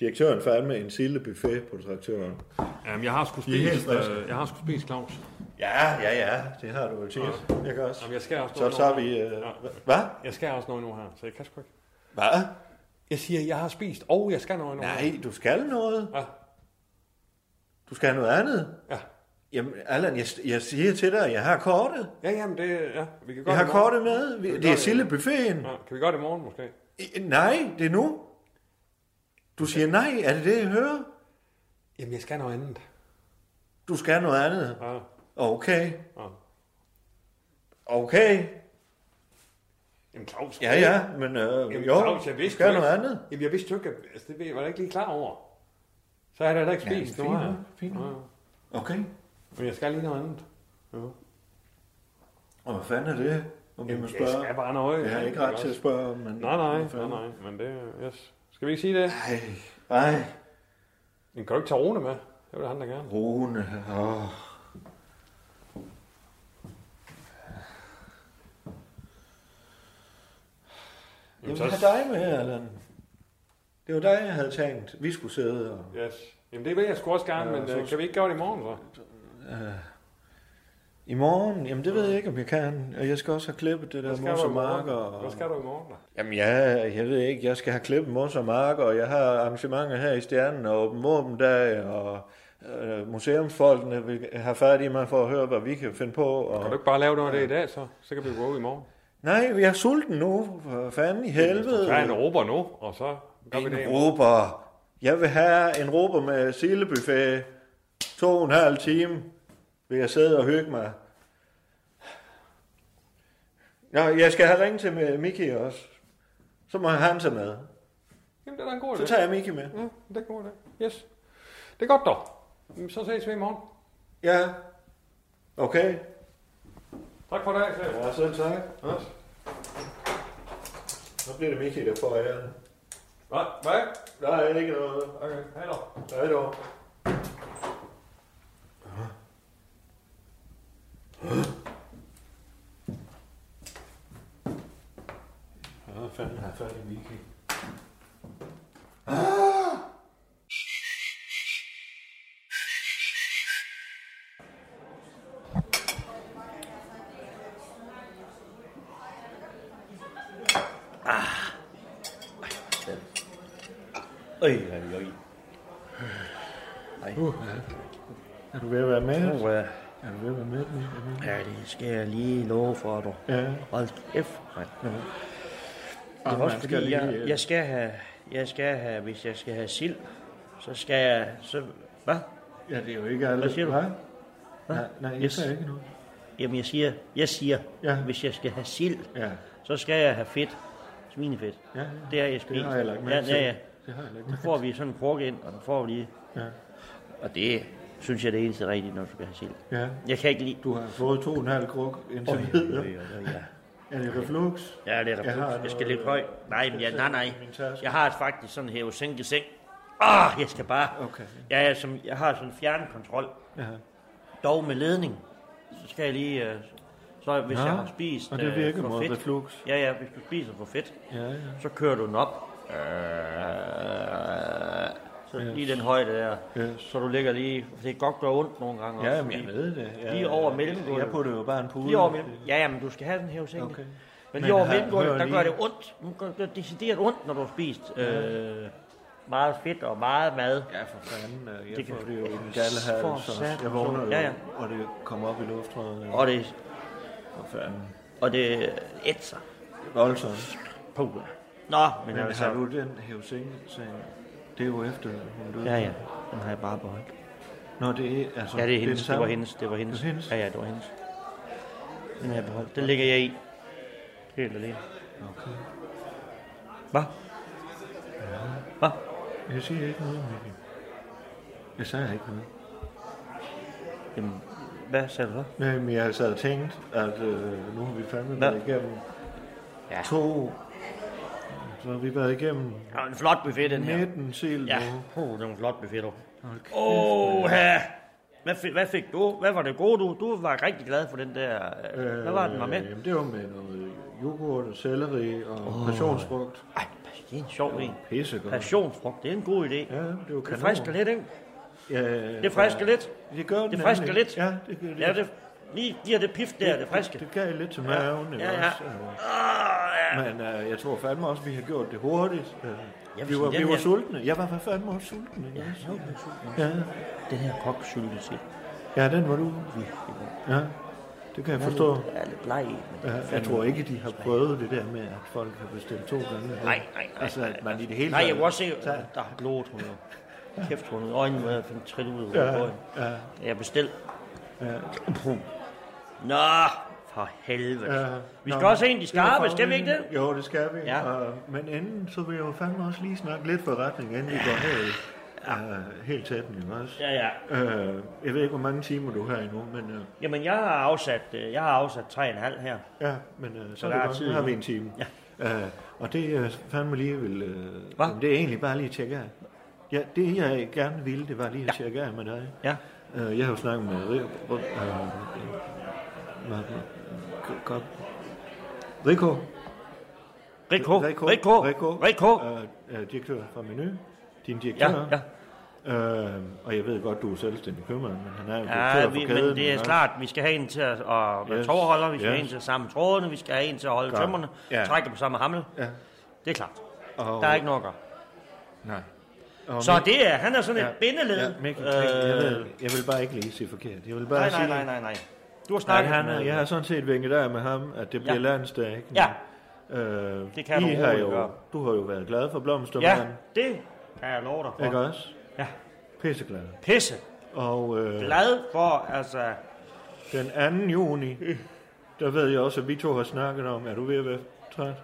L: direktøren fandme en sildebuffet på traktøren.
G: Jamen, jeg har sgu
L: De er helt
G: spist,
L: friske.
G: øh, jeg har sgu spist Claus.
L: Ja, ja, ja, det har du jo tit. Jeg kan også.
G: Jamen, jeg skal også
L: Så
G: noget
L: tager
G: nu.
L: vi... Øh,
G: Ja.
L: Hvad?
G: Jeg skal også noget nu her, så jeg kan sgu ikke.
L: Hvad?
G: Jeg siger, jeg har spist, og jeg skal noget nu her.
L: Nej, du skal noget.
G: Ja.
L: Du skal have noget andet.
G: Ja.
L: Jamen, Allan, jeg, jeg siger til dig, at jeg har kortet.
G: Ja, jamen det... Ja, vi kan godt
L: Jeg har
G: i morgen.
L: kortet med.
G: Kan vi
L: Vi-
G: gøre
L: Det er sildebuffeten.
G: Ja, kan vi gøre det i morgen måske?
L: I- Nej, det er nu. Du siger nej. Er det det, jeg hører?
G: Jamen, jeg skal noget andet.
L: Du skal noget andet.
G: Ja.
L: Okay.
G: Ja.
L: Okay.
G: Jamen Claus...
L: Ja, ja, men øh,
G: Jamen,
L: jo,
G: Claus, jeg vidste
L: skal
G: jo
L: noget
G: ikke-
L: andet.
G: Jamen, jeg vidste jo ikke, at- altså, det ved jeg- var jeg ikke lige klar over. Så har jeg da heller ikke
L: Ja,
G: spist
L: fint
G: nu her.
L: nok, fint nok.
G: Ja.
L: Okay.
G: Men jeg skal lige noget andet. Ja.
L: Og hvad fanden er det? Om man
G: Jamen, jeg
L: spørger?
G: skal bare noget.
L: Jeg har ikke ret til at spørge om, men...
G: Nej, nej,
L: Hvad
G: nej,
L: fanden?
G: nej, men det... Yes. Skal vi ikke sige det?
L: Nej, nej.
G: Den kan jo ikke tage Rune med. Det vil han da gerne.
L: Rune, åh. Jamen,
G: så-
L: Jamen så... dig med, Allan. Det var dig, jeg havde tænkt. Vi skulle sidde og...
G: Yes. Jamen, det vil jeg sgu også gerne,
L: Ja,
G: men
L: så-
G: øh, kan vi ikke gøre det i morgen, så?
L: Øh, I morgen? Jamen, det ved jeg ikke, om jeg kan. Og jeg skal også have klippet det der
G: Hvad skal
L: mos
G: du
L: og
G: i morgen?
L: marker. Og...
G: Hvad skal du i morgen? da?
L: Jamen, ja, jeg ved ikke. Jeg skal have klippet mos og marker, og jeg har arrangementer her i Stjernen og Åben Åbendag, og øh, museumsfolkene vil have fat i mig for at høre, hvad vi kan finde på. Og...
G: Kan du ikke bare lave noget af det i dag, så? Så kan vi gå ud i morgen.
L: Nej, jeg er sulten nu. For fanden i helvede.
G: Der er en råber nu, og så gør vi det. i
L: En
G: morgen.
L: råber. Jeg vil have en råber med sildebuffet. To og en halv time vil jeg sidde og hygge mig. Nå, jeg skal have ringet til med Miki også. Så må han tage med.
G: Jamen, det er da en god idé.
L: Så tager jeg Miki med.
G: Ja, det er en god idé. Yes. Det er godt dog. Jamen, Så ses vi i morgen.
L: Ja. Okay.
G: Tak for i dag. Claus.
L: Ja, selv tak. Ja. Så bliver det Miki, der får æren.
G: Hvad? Hvad?
L: Nej, ikke noget.
G: Okay, hej dog.
L: Hej dog. Hvad fanden har jeg fat i Miki? Øj, øj, øj. Uh, er du ved at være med?
M: Nu er-
L: er du ved at være med?
M: Ja, det skal jeg lige love for, du.
L: Ja.
M: Hold kæft, mand.
L: Ja.
G: Det er også fordi,
J: skal lige,
G: jeg,
J: øh,
G: jeg, skal have, jeg skal have, hvis jeg skal have sild, så skal jeg, så, hvad?
L: Ja, det er jo ikke alle-
G: Hvad siger du?
L: Hvad? Nej, nej, jeg
G: Jeg
L: sagde
G: s-
L: ikke noget.
G: Jamen, jeg siger, jeg siger ja. hvis jeg skal have sild,
L: ja.
G: så skal jeg have fedt. Svinefedt.
L: Ja, ja.
G: Det har jeg
L: Det
G: spist.
L: har jeg lagt
G: ja,
L: mærke til.
G: ja, ja.
L: Det har jeg lagt
G: Nu
L: mærke
G: får vi sådan en krukke ind, og den får vi lige.
L: Ja.
G: Og det synes jeg er det eneste rigtige, når du skal have sild.
L: Ja.
G: Jeg kan ikke lide.
L: Du har fået to og en halv kruk indtil
G: Oj,
L: videre.
G: oj, oj, oj,
L: Er det reflux?
G: Ja, det er
L: Jeg
G: reflux.
L: har
G: Jeg, jeg skal
L: noget,
G: ligge
L: øh,
G: højt. Nej, men
L: jeg
G: jeg,
L: ser
G: nej,
L: i
G: nej.
L: min taske.
G: Jeg har faktisk sådan her sænket seng. Ah, jeg skal bare. Okay. Ja, jeg, som, jeg har sådan fjernkontrol.
L: Ja.
G: Dog med ledning. Så skal jeg lige... øh, Så hvis
L: Nå,
G: jeg har spist
L: og det
G: øh,
L: virker
G: for
L: mod
G: fedt,
L: reflux.
G: Ja, ja, hvis du spiser for fedt,
L: Ja, ja.
G: så kører du den op. Øh, så
L: Yes.
G: lige den højde der.
L: Yes.
G: Så du ligger lige... For det kan godt gøre ondt nogle gange.
L: Ja,
G: også,
L: men jeg
G: fordi-
L: ved det. Ja,
G: lige over
L: ja.
G: mellemgulvet.
L: Jeg putter jo bare en pude.
G: Lige over mellem. Ja, ja, men du skal have den her seng.
L: Okay.
G: Okay.
L: Men
G: Men lige over
L: har- hører
G: mellemgulvet, der gør
L: lige-
G: det ondt. Nu gør Det decideret ondt, når du har spist.
L: Ja.
G: Øh, meget fedt og meget mad.
L: Ja, for fanden. øh, Jeg
G: Det
L: det
G: kan-
L: får det jo i min
G: For
L: gallehals, og
G: satan,
L: jeg vågner jo,
G: ja, ja.
L: og det kommer op i luftrøret. øh,
G: Og det...
L: For fanden.
G: Og det ætser.
L: Voldsomt.
G: Puh. Nå, men,
L: Men
G: altså...
L: har du den hævsing-sagen? Det er jo efter, hun døde.
G: Ja, ja. Den har jeg bare beholdt.
L: Nå, det er altså...
G: ja, det er hendes.
L: den
G: Det, var
L: samme?
G: hendes. Det var hendes.
L: Det var hendes.
G: Ja, ja, det var hendes. Den har jeg beholdt. Den ligger jeg i. Helt alene.
L: Okay.
G: Hvad? Hvad?
L: Jeg siger ikke noget, Mikkel. Jeg sagde ikke noget.
G: Jamen, hvad sagde du så?
L: Nej, men jeg sad og tænkte, at øh, nu har vi fandme
G: Hvad?
L: været igennem ja. to... Så har vi været igennem...
G: Ja, en flot buffet, den her.
L: 19 sild
G: Ja,
L: nu.
G: oh, det var en flot buffet, du.
L: kæft,
G: Åh,
L: mand.
G: ja. Hvad, fik, hvad fik du? Hvad var det gode, du? Du var rigtig glad for den der... Øh, hvad var den, var med?
L: Øh, Jamen, det var med noget yoghurt og selleri og oh. passionsfrugt.
G: Ej, det er en sjov en.
L: Pissegodt.
G: Passionsfrugt, det er en god idé.
L: Ja, det var
G: Det
L: kanon.
G: frisker lidt, ikke?
L: Ja,
G: Det frisker lidt.
L: Det gør den
G: Det frisker
L: nemlig.
G: lidt.
L: Ja, det gør det.
G: Ja, det lige giver det pif der, det friske.
L: Det gav lidt til maven,
G: Ja,
L: ikke
G: ja. Ah,
L: også? Øh, Men øh, jeg tror fandme også, vi har gjort det hurtigt. Øh,
G: Ja,
L: vi
G: hvis
L: var,
G: den
L: vi var
G: her-
L: sultne. Jeg var fandme også sulten. ikke
G: Ja,
L: også?
G: jo, den er sulten også.
L: Ja.
G: Den her koksylde til.
L: Ja, den var du.
G: Virkelig god.
L: Ja, det kan jeg
G: Den er
L: forstå.
G: lidt- er lidt bleg i, men den er
L: Ja, jeg
G: fandme
L: tror ikke, de har
G: smager.
L: prøvet det der med, at folk har bestilt to gange.
G: Nej, nej, nej.
L: Altså, at man i det hele
G: Nej, jeg
L: taget-
G: kunne også se, at der har glået hun jo. Kæft, hun havde øjnene med at finde trit ud af
L: Ja,
G: øjnene.
L: ja.
G: Jeg bestilte.
L: Ja.
G: Puh. Nå, for helvede.
L: Ja.
G: vi
L: Øh, Nå,
G: skal også have en i
L: det
G: skarpe,
L: var
G: skal vi ikke det?
L: fagforeningen. Jo, det skal vi.
G: Ja.
L: Og, men inden, så vil jeg jo fandme også lige snakke lidt forretning, inden vi går helt, uh, helt tæt nu også.
G: Ja, ja.
L: Uh, jeg ved ikke, hvor mange timer du har endnu, men uh,
G: Jamen, jeg har afsat, øh, jeg har afsat 3,5 her.
L: Ja, men øh, så,
G: Så
L: er
G: der
L: det
G: er
L: godt.
G: tid
L: Nu har vi
G: endnu.
L: en time. Ja. Øh, og det jeg fandme lige vil... Øh, jamen, det er egentlig bare lige at tjekke af. Ja, det jeg gerne ville, det var lige at ja. tjekke af med dig.
G: Ja.
L: Øh, jeg har jo snakket med... Ri- Ru- øh, hvad er det? K- K- Rico.
G: Rico.
L: Rico.
G: Rico.
L: Rico.
G: Rico.
L: Øh, øh, direktør fra Menu. Din direktør.
G: Ja,
L: ja. Øh, og jeg ved godt, du er selvstændig købmand, men han er jo direktør
G: Ja,
L: for
G: vi,
L: kæden.
G: men det er
L: også.
G: klart, vi skal have en til at og være
L: Yes,
G: tovholder, vi skal have
L: yes.
G: en til at samle trådene, vi skal have en til at holde
L: Klart.
G: tømmerne,
L: Ja.
G: trække på samme hammel.
L: Ja.
G: Det er klart.
L: Og-
G: Der er ikke noget at gøre.
L: Nej.
G: Så det er- han er sådan et bindeled.
L: Ja, Mikkel, jeg,
G: Øh,
L: ved, jeg vil bare ikke lige sige forkert. Jeg vil bare
G: Nej, nej,
L: sige,
G: nej, nej, nej. Du har snakket
L: at han,
G: med-
L: med... Jeg har sådan set vinket der med ham, at det bliver ja.
G: Ja.
L: landsdag. Ikke?
G: Ja.
L: Øh,
G: Det kan
L: I
G: du
L: har
G: roligt
L: jo,
G: gøre.
L: Du har jo været glad for
G: Ja,
L: blomstermanden.
G: det kan jeg love dig for.
L: Ikke også?
G: Ja.
L: Pisseglad.
G: Pisse.
L: Og øh,
G: Glad for, altså...
L: den 2. juni, der ved jeg også, at vi to har snakket om, er du ved at være træt?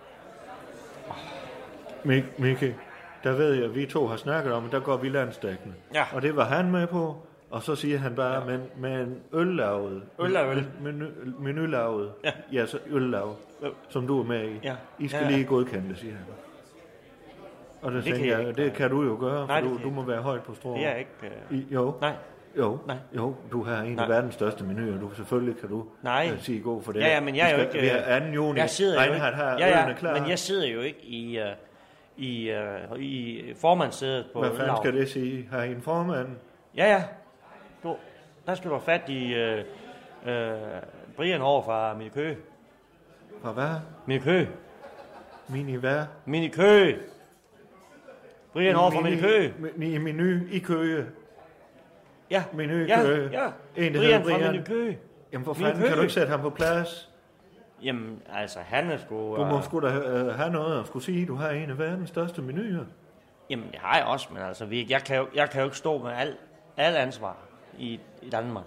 L: Mik- Mikke, der ved jeg, at vi to har snakket om, at der går vi landsdækkende.
G: Ja.
L: Og det var han med på, og så siger han bare, ja. men, men øllavet.
G: Øl er øl.
L: Menu, menularvet. Ja. ja, så øllavet, som du er med i.
G: Ja.
L: I skal
G: Ja,
L: ja,
G: ja.
L: ja. lige godkende det, siger han. Og det, det
G: Det
L: tænker
G: kan jeg
L: jeg,
G: ikke.
L: det kan du jo gøre,
G: Nej,
L: for
G: det
L: du,
G: kan
L: du
G: jeg
L: må
G: ikke.
L: være højt på strået.
G: Det er jeg ikke, øh.
L: I, jo.
G: Nej.
L: Jo.
G: Nej.
L: jo, du har en af
G: Nej.
L: verdens største menuer. Du, selvfølgelig kan du
G: Nej.
L: øh, sige god for det.
G: Ja, ja, men jeg er jo ikke...
L: Vi
G: øh,
L: er 2. juni.
G: Jeg sidder jo ikke...
L: Reinhardt har
G: ja, ja,
L: ølene klar.
G: men jeg sidder jo ikke i... øh, i, øh, i formandssædet på
L: Hvad fanden
G: Øllaug.
L: skal det sige? Har I en formand?
G: Ja, ja. Du, der skal du have fat i øh, øh, Brian over fra Minikø.
L: Fra hvad?
G: Minikø.
L: Mini hvad?
G: Minikø. Brian over fra
L: Mini-
G: Minikø.
L: mi- I menu, i køge.
G: Ja.
L: Menu, i
G: Ja,
L: køge.
G: ja.
L: En, der
G: Brian
L: hedder
G: fra
L: Brian.
G: Mini Køge.
L: Jamen, hvor
G: Mini
L: fanden kan du
G: Køge.
L: ikke sætte ham på plads?
G: Jamen, altså, han er sgu...
L: Du må
G: øh,
L: sgu da øh, have noget at skulle sige. Du har en af verdens største menuer.
G: Jamen, det har jeg også, men altså, vi- jeg kan jo, jeg kan jo ikke stå med alt al ansvar i, i Danmark.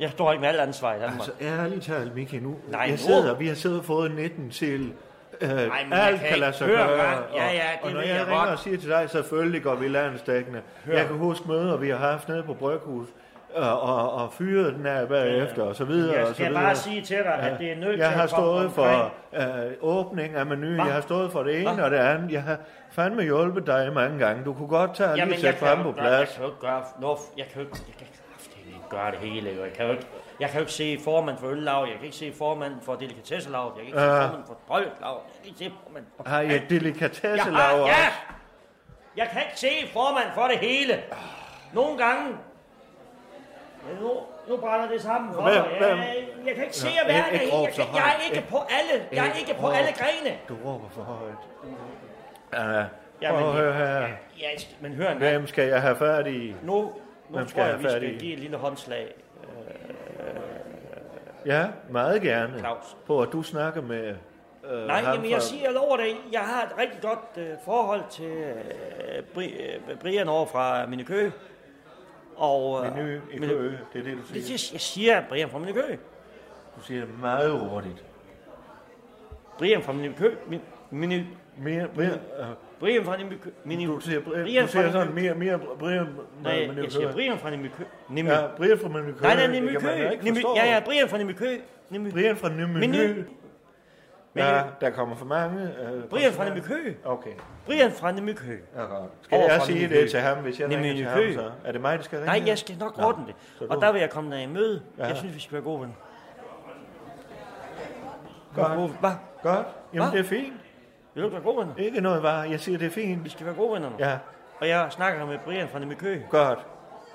G: Jeg står ikke med alt ansvar i Danmark.
L: Altså ærligt talt, Miki, nu.
G: Nej, nu.
L: jeg sidder, vi har siddet og fået 19 til... Øh,
G: men jeg
L: alt
G: kan
L: kan lade
G: ikke
L: sig
G: høre,
L: gøre.
G: hva'? Ja, ja, det
L: og når
G: ved
L: jeg,
G: jeg
L: ringer
G: godt.
L: og siger til dig, selvfølgelig går vi landstækkende.
G: Hør.
L: Jeg kan huske møder, vi har haft nede på Bryghus, og, og, og fyret den af bagefter, og så videre.
G: Jeg
L: og så
G: skal
L: videre.
G: bare sige til dig, at det er nødt
L: Jeg
G: til
L: har
G: at komme
L: stået for øh, åbning af menuen, jeg har stået for det ene og det andet. Jeg har fandme hjulpet dig mange gange. Du kunne godt tage og lige sætte
G: kan
L: frem
G: jo
L: på
G: ikke-
L: plads.
G: Jeg kan jo ikke gøre, no, jeg kan jo ikke, jeg kan kraftigt ikke gøre det hele. jo. Jeg kan jo ikke, jeg kan jo ikke se formand for øllav, jeg kan ikke se formand for delikatesselag, jeg kan ikke
L: Ja.
G: se formand for brødlav, jeg kan ikke se formand for...
L: Har I et delikatesse,
G: Jeg har-
L: Laura?
G: Ja! Jeg kan ikke se formand for det hele. Nogle gange... Ja, nu, nu brænder det sammen for
L: Hvem-
G: mig.
L: hvem?
G: Jeg, jeg kan ikke se
L: Nå,
G: at være
L: ikke
G: det hele.
L: råb
G: Jeg,
L: så
G: kan- jeg er
L: højt.
G: ikke på alle. Jeg er
L: Ikke
G: ikke på
L: råb.
G: alle grene.
L: Du råber for Øh, højt. Ja,
G: Jamen,
L: prøv at høre her.
G: Ja, men hør en gang.
L: Hvem skal jeg have fat i?
G: Nu, nu
L: Hvem
G: tror
L: skal
G: jeg,
L: jeg
G: vi
L: have fat
G: skal
L: i?
G: give et lille håndslag.
L: Ja, meget gerne.
G: Claus.
L: På at du snakker med... Øh,
G: Nej,
L: ham
G: jamen jeg
L: fra-
G: siger jeg lover dig, jeg har et rigtig godt øh, forhold til øh, Bri- øh, Brian over fra Minekø. Og, øh,
L: Menu i kø, det er det, du
G: Det,
L: siger.
G: det, jeg siger Brian fra Minekø.
L: Du siger det meget hurtigt.
G: Brian fra Minekø. Min, minu,
L: mere, mere,
G: Brian fra Minekø. Minu, du
L: siger,
G: Brian
L: du
G: fra
L: siger
G: Minekø.
L: sådan mere, mere Brian...
G: Nej,
L: Menu
G: jeg
L: Kø.
G: siger Brian fra Minekø.
L: Ja, Brian fra Menu Kø,
G: Nej, nej,
L: det kan
G: Minekø.
L: man da ikke forstå.
G: Ja, ja, Brian fra Minekø.
L: Brian fra Menu.
G: Menu.
L: Ja, der kommer for mange. Øh,
G: Brian fra Minekø.
L: Okay.
G: Brian fra Minekø.
L: Ja, godt. Skal jeg sige det til ham, hvis jeg ringer til ham, så? Er det mig, der skal ringe?
G: Nej, jeg skal nok
L: Nå,
G: ordne det.
L: så
G: Og
L: du-
G: der vil jeg komme dig i møde.
L: Ja.
G: Jeg synes, vi skal være gode venner.
L: Godt.
G: Hvad?
L: Godt. Jamen,
G: Hva?
L: det er fint.
G: Vil du ikke være gode venner?
L: Ikke noget var. Jeg siger, det er fint.
G: Vi skal være gode venner nu.
L: Ja,
G: Og jeg snakker med Brian fra Nemikø.
L: godt.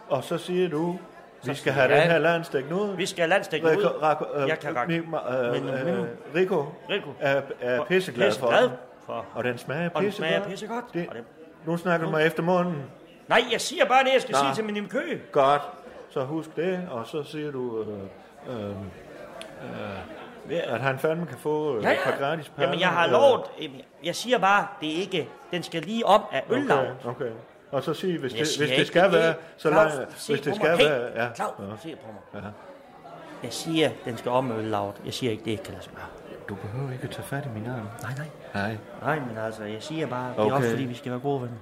L: Og så siger du, vi skal have
G: jeg-
L: den her landstæk nu.
G: Vi skal have landstækkende
L: Rico,
G: ud.
L: Rico, øh,
G: jeg kan række.
L: Mi- ma- øh,
G: Men- men-
L: øh, Rico,
G: Rico.
L: er, er pisseglad for
G: Pisseglad
L: den.
G: for-
L: Og den smager
G: Og den smager
L: pissegodt.
G: pissegodt. Og det-
L: Nu snakker du mig efter munden.
G: Nej, jeg siger bare det, jeg skal
L: Nå.
G: sige til min Nemikø.
L: Godt. Så husk det, og så siger du, øh, øh, øh, at han fandme kan få øh, et par gratis perler.
G: Jamen, jeg har
L: øh,
G: lovet. Jamen, Jeg siger bare, det er ikke... Den skal lige om af øllav.
L: Okay, okay. Og så sig, hvis
G: Jeg
L: det,
G: siger
L: hvis det
G: ikke
L: skal
G: det.
L: være, så
G: Claus,
L: langt,
G: se
L: hvis det
G: på mig.
L: skal
G: Hey,
L: være, ja.
G: Claus,
L: ja.
G: se på mig.
L: Ja.
G: Jeg siger, den skal om af øllavet. Jeg siger ikke, det ikke kan lade sig gøre.
L: Du behøver ikke at tage fat i min arm.
G: Nej, nej.
L: Nej.
G: Nej, men altså, jeg siger bare, det er også
L: Okay.
G: fordi, vi skal være gode venner.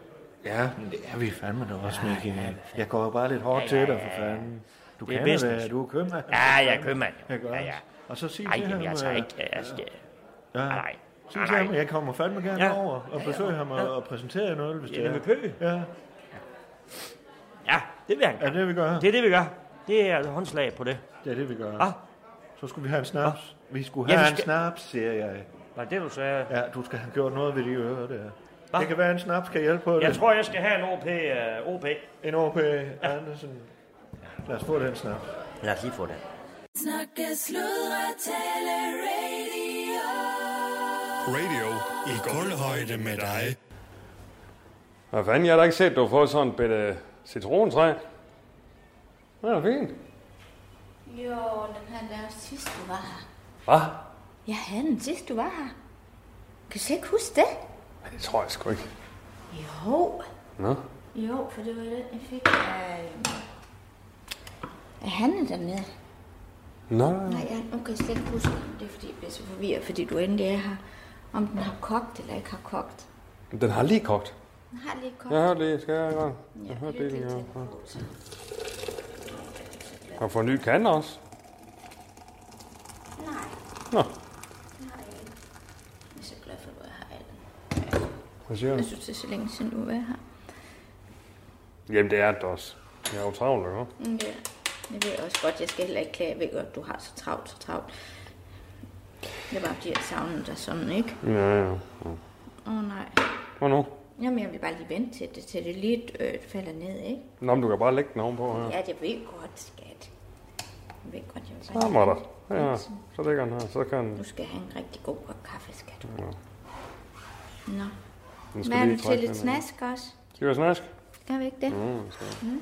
L: Ja, men det er vi fandme da også, Mikkel. Jeg går jo bare lidt hårdt til dig, for fanden. Du
G: Det er
L: kan det,
G: business.
L: du er købmand.
G: Ja, jeg er købmand.
L: Ja, godt.
G: Ja, ja.
L: Og så sig
G: Nej,
L: til ham,
G: jamen, jeg tager
L: øh,
G: ikke... Jeg, jeg, jeg,
L: Ja.
G: Nej.
L: Sig til ham, jeg kommer fandme gerne
G: Ja.
L: over og besøger ham og, og præsenterer noget, hvis
G: Ja,
L: det
G: det
L: er.
G: med kø.
L: Ja.
G: Ja, det vil han
L: Er det, vi gør?
G: Det er det, vi gør. Det er altså håndslag på det.
L: Det er det, vi gør.
G: Ah.
L: Så skulle vi have en snaps. Vi skulle
G: Ja,
L: have
G: vi
L: en
G: skal-
L: snaps, siger jeg.
G: Var det, du sagde?
L: Ja, du skal have gjort noget ved de ører der. Det kan være, en snaps kan hjælpe på det.
G: Jeg tror, jeg skal have en OP. øh, OP.
L: En OP Andersen. Lad os få den snaps.
G: Lad os lige få den.
N: Snakke, sludre, tale, radio.
C: Radio i gulvhøjde med dig.
J: Hvad fanden, jeg har da ikke set, du har fået sådan et bitte citrontræ. Det er da fint.
B: Jo, den havde lavet sidst, du var her.
J: Hvad?
B: Jeg havde den sidst, du var her. Kan du ikke huske det?
J: Det tror jeg sgu ikke.
B: Jo.
J: Nå?
B: Jo, for det var den, jeg fik af... Af Hanne dernede.
J: Nå.
B: Nej, jeg, nu kan jeg slet ikke huske den. Det er, fordi jeg bliver så forvirret, fordi du endelig er her. Om den har kogt eller ikke har kogt.
J: Den har lige kogt.
B: Den har lige kogt.
J: Jeg har hørt det, skal jeg i gang.
B: Ja,
J: Jeg har hørt det,
B: hyggeligt.
J: jeg har Kan få en ny kande også? Nej. Nå,
B: Jeg er så glad for, at du er her, Allan.
J: hvad siger du?
B: Jeg synes, det er så længe siden, du var her.
J: Jamen, det er det også. Jeg er jo travl, ikke?
B: Mm, Ja, det ved jeg også godt. Jeg skal heller ikke klage. Jeg ved godt, du har så travlt, så travlt. Det var bare, fordi jeg savnede dig sådan, ikke?
J: Ja, ja. ja.
B: Åh, oh, nej.
J: Hvor nu?
B: Jamen, jeg vil bare lige vente til det, til det lige øh, falder ned, ikke?
J: Nå, men du kan bare lægge den ovenpå her.
B: Ja, det ved jeg godt, skat. Jeg ved godt, jeg vil
J: Så
B: bare...
J: må der. Ja, så ligger den her. Så kan den...
B: Du skal have en rigtig god kop kaffe, skat.
J: Ja.
B: Nå.
J: Den
B: Hvad er
J: lige
B: du til
J: trække
B: lidt
J: den her.
B: snask også?
J: Skal vi have snask?
B: Skal vi ikke det?
J: Mm, skal.
B: Mm.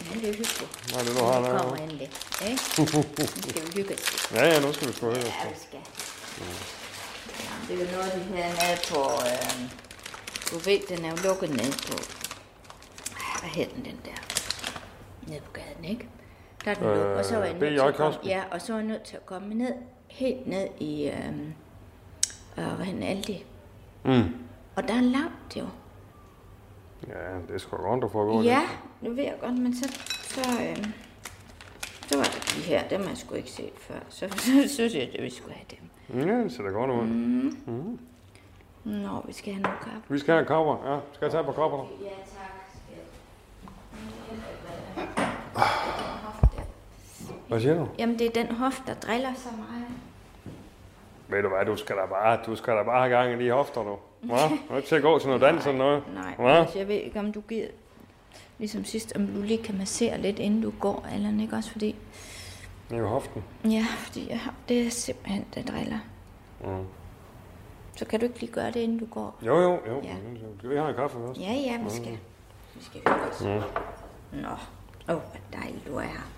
B: Ja, det er hyggeligt.
L: Nej, det er noget, han
B: Nu
L: er.
B: kommer han det. Ikke? Nu skal vi hygge os.
L: Ja, ja, nu skal vi sgu høre.
B: Ja, vi skal. Det er jo noget, de havde med på... Øh, du ved, den er jo lukket ned på... Ah, Hvad hed den, den der? Ned på gaden, ikke? Der er den
L: Øh,
B: lukket, og så var jeg nødt
L: B.J.
B: til at komme,
L: Korsby.
B: ja, og så var jeg nødt til at komme ned, helt ned i... Øh, øh, hvad hedder Aldi?
L: Mm.
B: Og der er langt jo.
L: Ja, det er sgu da godt, du får gået.
B: Ja, nu ved jeg godt, men så... Så, øh, så var det de her, dem har jeg sgu ikke set før. Så, så synes jeg, at vi skulle have dem.
L: Ja, det ser da godt ud.
B: Mm.
L: Mm.
B: Nå, vi skal have noget kaffe.
L: Vi skal have en kopper. Ja, skal jeg tage på kopper?
B: Ja, tak.
L: Hvad siger du?
B: Jamen, det er den hof, der driller så meget.
L: Ved du hvad, du skal da bare, du skal da bare have gang i de hofter, du. Hva? Du er ikke til at gå til noget dans eller noget.
B: Nej,
L: Hva?
B: altså, jeg ved ikke, om du gider... Ligesom sidst, om du lige kan massere lidt, inden du går, eller ikke også, fordi...
L: Det er jo hoften.
B: Ja, fordi jeg har, det er simpelthen, der driller.
L: Mm.
B: Så kan du ikke lige gøre det, inden du går?
L: Jo, jo, jo.
B: Ja,
L: Skal vi have en kaffe først?
B: ja, ja vi skal. Vi skal hygge os.
L: Mm.
B: Nå, åh, oh, hvor dejligt du er her.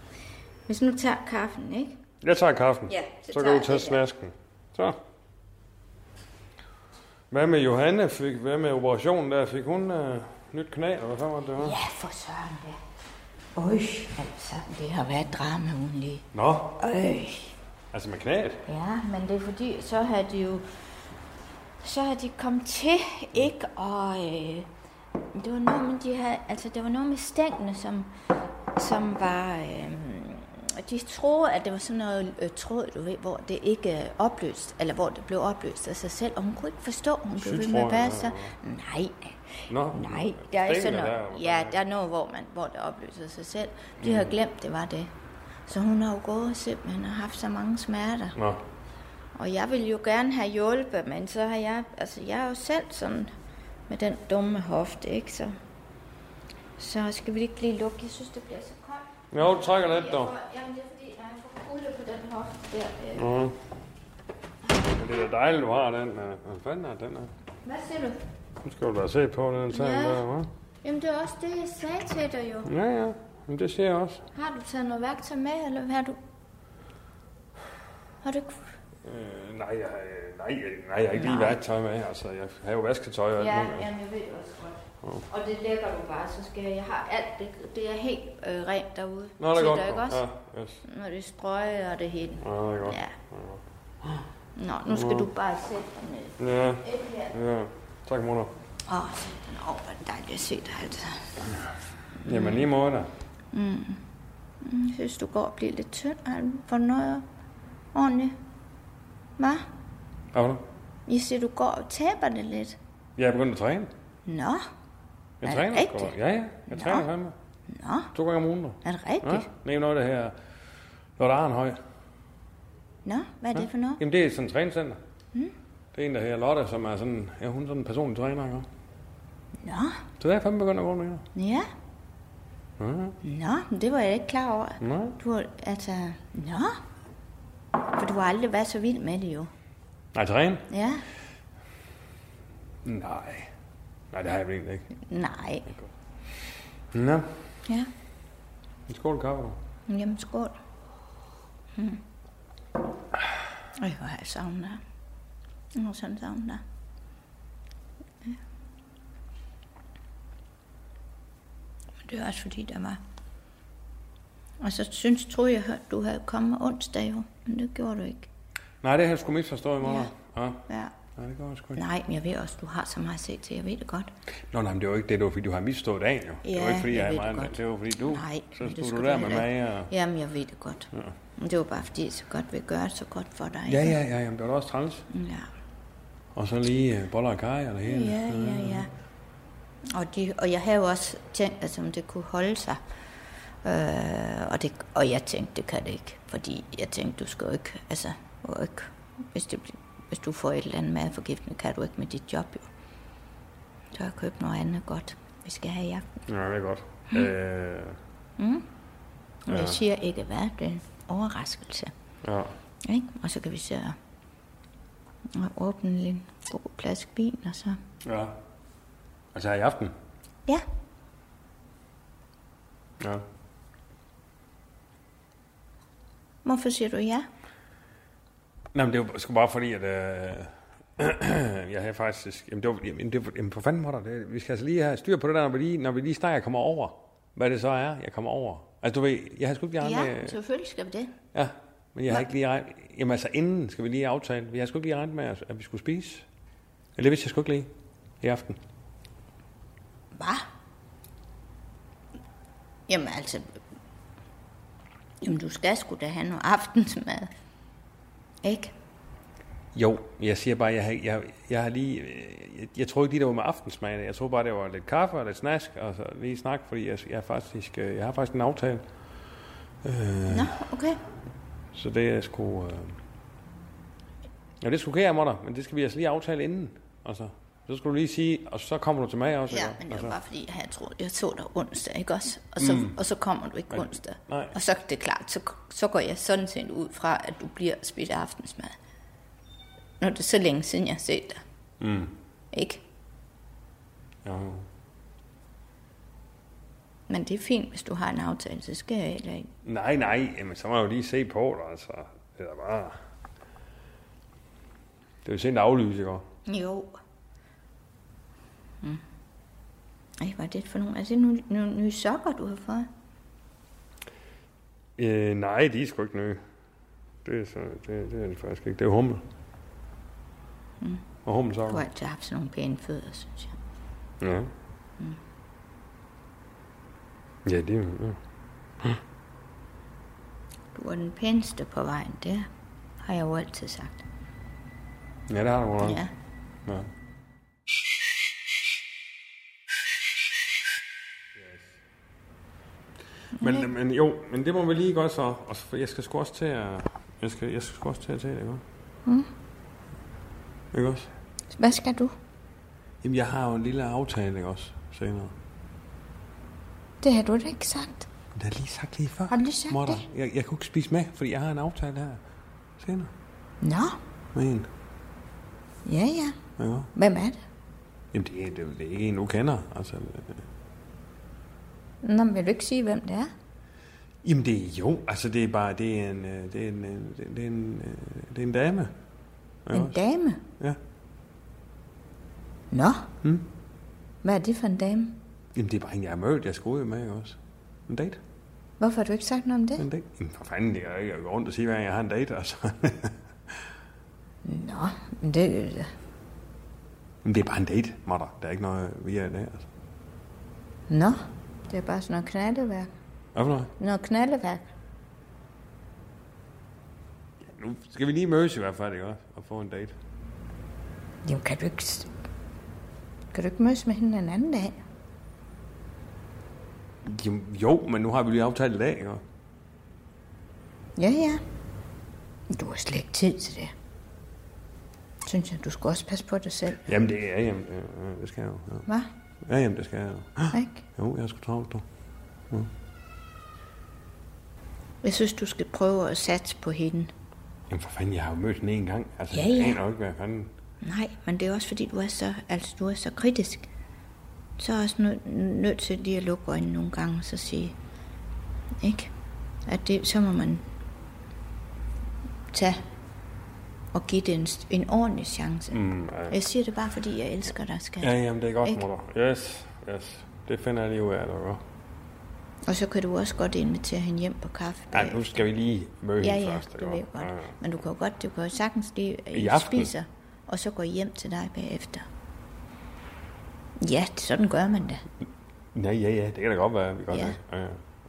B: Hvis nu tager kaffen, ikke?
L: Jeg tager kaffen.
B: Ja,
L: så,
B: så
L: så
B: tager
L: kan
B: jeg
L: du tage
B: det
L: snasken. Så. Hvad med Johanne? Fik, hvad med operationen der? Fik hun øh, nyt knæ, eller hvad fanden var det, det var?
B: Ja, for søren, ja. Øj, altså, det har været et drama, hun lige.
L: Nå.
B: Øj.
L: Altså med knæet?
B: Ja, men det er fordi, så har de jo... Så har de kommet til, ikke? Og øh, det var noget med, de havde, altså, det var noget med stængene, som, som var... Øh, de troede, at det var sådan noget øh, tråd, du ved, hvor det ikke øh, opløst, eller hvor det blev opløst af sig selv, og hun kunne ikke forstå, hun blev ved med
L: Sytråd,
B: at være
L: eller
B: så... Nej,
L: Nå.
B: nej, der er ikke sådan
L: Stængerne
B: noget.
L: der,
B: ja, der er noget, hvor, man, hvor det opløser sig selv. De har
L: Mm.
B: glemt, det var det. Så hun har jo gået simpelthen og haft så mange smerter.
L: Nå.
B: Og jeg ville jo gerne have hjulpet, men så har jeg, altså jeg er jo selv sådan med den dumme hofte, ikke? Så, så skal vi ikke lige lukke. Jeg synes, det bliver så koldt.
L: Jo, du trækker lidt, dog.
B: Jamen, det er fordi, når jeg får kulde på den hofte der. Øh.
L: Mm. Men det er da dejligt, du har den. øh, Hvad fanden er den her?
B: Hvad siger du?
L: Nu skal du da se på den tand
B: Ja.
L: der, hva'?
B: Jamen, det er også det, jeg sagde til dig jo.
L: Ja, ja. Men det siger jeg også.
B: Har du taget noget værktøj med, eller hvad har du? Har du ikke...
L: Øh, nej, jeg, øh, nej, øh, nej, jeg har ikke lige værktøj med. Altså, jeg har jo vasketøj og alt
B: Ja,
L: muligt.
B: jamen, jeg ved også godt.
L: Åh.
B: Og det lægger du bare, så skal jeg... Jeg har alt det, det er helt øh, rent derude.
L: Nå, det er
B: Til
L: godt.
B: dig, ikke også?
L: Ja, yes.
B: Når det er strøg og det hele.
L: Ja, det er godt.
B: Ja.
L: Det er godt.
B: Nå, nu skal
L: Nå.
B: du bare sætte den ned.
L: Ja.
B: Ikke her.
L: ja. Tak, mor.
B: Åh, oh, den over, hvor er det dejligt at se dig, altså.
L: Jamen, lige måde da.
B: Mm. Mm, Jeg synes, du går og bliver lidt tynd. Har du fået noget ordentligt? Hvad?
L: Hvad var det?
B: Jeg siger, du går og taber det lidt.
L: Jeg er begyndt at træne.
B: Nå,
L: Jeg
B: Er det
L: træner
B: rigtigt?
L: sgu da. Ja, ja. Jeg
B: Nå.
L: træner fandme.
B: Nå.
L: To gange om ugen nu.
B: Er det rigtigt?
L: Ja. Det er noget, der her Lotte Arnhøj.
B: nå, hvad er det for noget?
L: Jamen, det er sådan et træningscenter.
B: Mm.
L: Det er en, der her Lotte, som er sådan, ja, hun er sådan en personlig træner. Ikke?
B: Nå,
L: Så der er jeg fandme begyndt at gå med.
B: ja.
L: Ja.
B: Nå, men det var jeg ikke klar over.
L: Nej.
B: Du har, altså, nå. For du har aldrig været så vild med det jo.
L: Nej, træne?
B: Ja,
L: Nej. Nej, det har jeg vel egentlig ikke.
B: nej.
L: Nå,
B: Ja,
L: en skål kaffe. du.
B: jamen skål. Mm. Øj, hvor har jeg savnet dig. Jeg har sådan savnet dig. Ja. Men det er også fordi, der var... Og så synes, troede jeg, at du havde kommet onsdag jo, men det gjorde du ikke.
L: Nej, det har jeg sgu misforstået i morgen. Ja. ja.
B: Ja.
L: Nej, det går jeg sgu ikke.
B: Nej, men jeg ved også, du har så meget set til, jeg ved det godt.
L: Nå, nej, men det var ikke det, det var fordi, du har misstået dagen, jo. det var
B: Ja,
L: ikke fordi,
B: jeg
L: jeg,
B: ved
L: er
B: det
L: meget,
B: godt.
L: det var fordi, du,
B: Nej,
L: så
B: men det
L: stod
B: skal
L: du
B: du
L: der med
B: heller ikke.
L: mig og...
B: Jamen, jeg ved det godt.
L: Ja.
B: Men det var bare fordi, jeg så godt vil gøre det så godt for dig.
L: Ja,
B: ikke?
L: ja, ja, jamen, det var da også træls.
B: Ja.
L: Og så lige øh, boller og kaj og det hele.
B: Ja, ja, ja. Og, de, og jeg havde jo også tænkt, altså, om det kunne holde sig. Øh, og, det, og jeg tænkte, det kan det ikke. Fordi jeg tænkte, du skal jo ikke, altså, du kan jo ikke, hvis, det, bl- hvis du får et eller andet madforgiftning, kan du ikke med dit job jo. Så har jeg købt noget andet godt, vi skal have i aften.
L: Ja, det er godt.
B: Mm.
L: Øh,
B: Mm? Men
L: Ja.
B: jeg siger ikke hvad, det er en overraskelse.
L: ja.
B: Ikke? Og så kan vi så og åbne en lille god plads vin, og så...
L: ja. Altså her i aften?
B: Ja.
L: Ja.
B: Hvorfor siger du ja?
L: Nej, men det var sgu bare fordi, at... Øh, jeg havde faktisk... Jamen, det var, jamen, det var, jamen for fanden var der det. Vi skal altså lige have styr på det der, når vi lige, når vi lige snart jeg kommer over. Hvad det så er, jeg kommer over. Altså, du ved, jeg har sgu ikke lige regnet
B: Ja,
L: med...
B: selvfølgelig skal vi det.
L: Ja, men jeg har ikke lige regnet... Jamen altså, inden skal vi lige aftale. Jeg har sgu ikke lige regnet med, at at vi skulle spise. Eller det vidste jeg sgu ikke lige i aften.
B: Hvad? Jamen altså... Jamen, du skal sgu da have noget aftensmad. Ikke?
L: Jo, jeg siger bare, jeg har, jeg, jeg har lige... øh, Jeg, jeg tror ikke lige, det var med aftensmagen. Jeg tror bare, det var lidt kaffe og lidt snask, og så lige snak, fordi jeg, jeg, er faktisk, øh, jeg har faktisk en aftale. Øh,
B: Nå, okay.
L: Så det er sgu... Øh... Ja, det skulle kære mig dig, men det skal vi altså lige aftale inden. Altså, så skulle du lige sige, og så kommer du til mig også.
B: Ja,
L: ikke?
B: men det
L: altså,
B: var bare fordi, jeg, havde troet, jeg så dig onsdag, ikke også? Og så,
L: Mm.
B: mm. og så kommer du ikke
L: Nej.
B: onsdag.
L: Nej.
B: Og så er det klart, så, så går jeg sådan set ud fra, at du bliver og spiser aftensmad. Når det er så længe siden, jeg har set dig,
L: Mm,
B: ikke?
L: ja.
B: Men det er fint, hvis du har en aftale, så skal jeg heller ikke.
L: Nej, nej, jamen, så må jeg jo lige se på dig, altså. Det er da bare... Det er jo sent aflyse, ikke?
B: Jo. Mm. Ej, hvad er det for nogle? Er det nogle, nogle nye sokker, du har fået?
L: Øh, nej, de er sgu ikke nye. Det er, så, det, det er det faktisk ikke. Det er humle.
B: Mm.
L: Og humlesokker.
B: Du har altid haft sådan nogle pæne fødder, synes jeg.
L: Ja.
B: Mm.
L: Ja, det er ja.
B: Du var den pæneste på vejen, det har jeg jo altid sagt.
L: Ja, det har du godt. nok.
B: Ja.
L: ja. Men, men jo, men det må vi lige godt så. Og så- for jeg skal sgu også til at... Jeg skal, jeg skal sgu også til at tage det, ikke?
B: Mm.
L: Ikke også?
B: Hvad skal du?
L: Jamen, jeg har jo en lille aftale, ikke også? Senere.
B: Det har du da ikke sagt.
L: Men det har jeg lige sagt lige før.
B: Har du lige sagt
L: Morten,
B: det?
L: Jeg, jeg kunne ikke spise med, fordi jeg har en aftale her senere.
B: Nå,
L: Med en.
B: ja ja.
L: Ja.
B: Hvem er det?
L: Jamen, det er, det, er jo- det er ikke en, du kender. Altså, øh,
B: Nå, men vil du ikke sige, hvem det er?
L: jamen, det er jo. Altså, det er bare, det er en, øh, det er en, øh, det er- det er en, øh, det er en dame. Ja,
B: En dame?
L: Ja.
B: Nå.
L: Mm.
B: Hvad er det for en dame?
L: Jamen, det er bare en, jeg har mødt. Jeg skulle jo med, ikke også? En date.
B: Hvorfor har du ikke sagt noget om det?
L: En date. Jamen, for fanden, jeg kan jo ikke gå rundt og sige, hver gang jeg har en date, altså.
B: Nå, men det...
L: Men det er bare en date, Motter. Der er ikke noget via det, altså.
B: Nå, det er bare sådan noget knaldeværk.
L: Hvad for noget?
B: Noget knaldeværk.
L: Nu skal vi lige mødes i hvert fald, ikke også? Og få en date.
B: Jamen, kan du ikke... s- Kan du ikke mødes med hende en anden dag?
L: Jamen, jo, men nu har vi lige aftalt i dag, ikke også?
B: Ja, ja. Du har slet ikke tid til det. Synes jeg, du skulle også passe på dig selv.
L: Jamen, det er, jamen, det, er- det skal jeg jo. Ja.
B: Hvad?
L: Ja, jamen, det skal jeg jo.
B: Ikke?
L: Jo, jeg skal travlt, du. Ja.
B: Jeg synes, du skal prøve at satse på hende.
L: Jamen for fanden, jeg har jo mødt hende en gang. Altså,
B: Ja,
L: jeg
B: ja.
L: aner jo ikke, hvad fanden...
B: Nej, men det er også fordi, du er så, altså, du er så kritisk. Så er jeg også nødt nødt til lige at lukke øjnene nogle gange og så sige, ikke? At det, så må man tage og give det en, en ordentlig chance.
L: Mm, ja.
B: Jeg siger det bare, fordi jeg elsker dig, skat.
L: Ja, jamen, det er godt,
B: Ikke?
L: mutter. Yes, yes. Det finder jeg lige ud af, der går.
B: Og så kan du også godt invitere hende hjem på kaffe.
L: Nej, nu skal vi lige møde
B: ja,
L: hende
B: ja,
L: først.
B: det ved jeg godt. Men du kan jo godt, du kan jo sagtens lige, at
L: I
B: I
L: aften?
B: spiser, og så går I hjem til dig bagefter. Ja, sådan gør man det.
L: Ja, ja, ja, det kan da godt være. Vi godt
B: Ja.
L: det. ja. ja.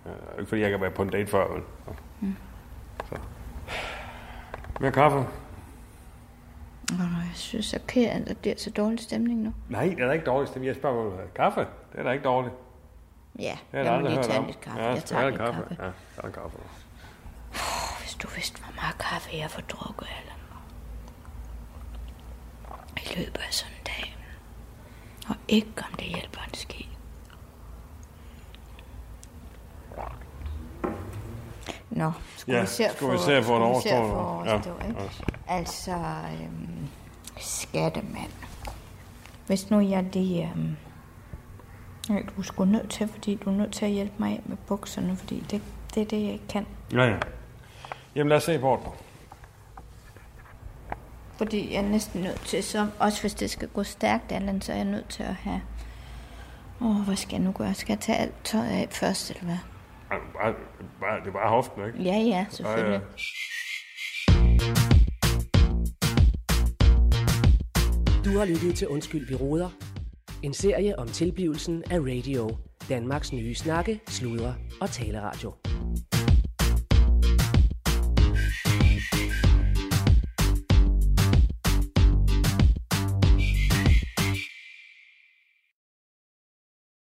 L: ja. Ikke fordi jeg kan være på en date før, vel?
B: Mm.
L: Mm. Så. Mere kaffe?
B: Åh, jeg synes, så ked af, at der bliver så dårlig stemning nu.
L: Nej, det er da ikke dårligt. Stemmer. Jeg spørger, om du vil have kaffe? Det er da ikke dårligt.
B: Ja,
L: Det har
B: jeg
L: jeg
B: må
L: aldrig
B: lige
L: hørt
B: tage
L: om.
B: lidt kaffe.
L: Ja,
B: jeg tager
L: ja,
B: lidt kaffe. kaffe.
L: Ja, der er kaffe.
B: Hvis du vidste, hvor meget kaffe jeg får drukket, eller i løbet af sådan en dag. Og ikke om det hjælper en skid. Nå, skulle
L: Ja,
B: vi se at
L: skulle vi se at få det
B: skulle vi se at
L: overstået,
B: få
L: ja.
B: overstået, ikke? Altså, øhm, skattemand. Hvis nu jeg lige... Øhm, ja, du er sgu nødt til, fordi du er nødt til at hjælpe mig af med bukserne, fordi det, det er det, jeg ikke kan.
L: Ja, ja.
G: Jamen lad os se på den.
B: Fordi jeg er næsten nødt til, så også hvis det skal gå stærkt, Allan, så er jeg nødt til at have... Åh, oh, hvad skal jeg nu gøre? Skal jeg tage alt tøjet af først, eller hvad?
G: Ej, bare- bare- Det er bare hoften, ikke?
B: Ja, ja, selvfølgelig.
G: Ej,
D: Du har lyttet til Undskyld, vi råder. En serie om tilblivelsen af radio. Danmarks nye snakke, sludre og taleradio.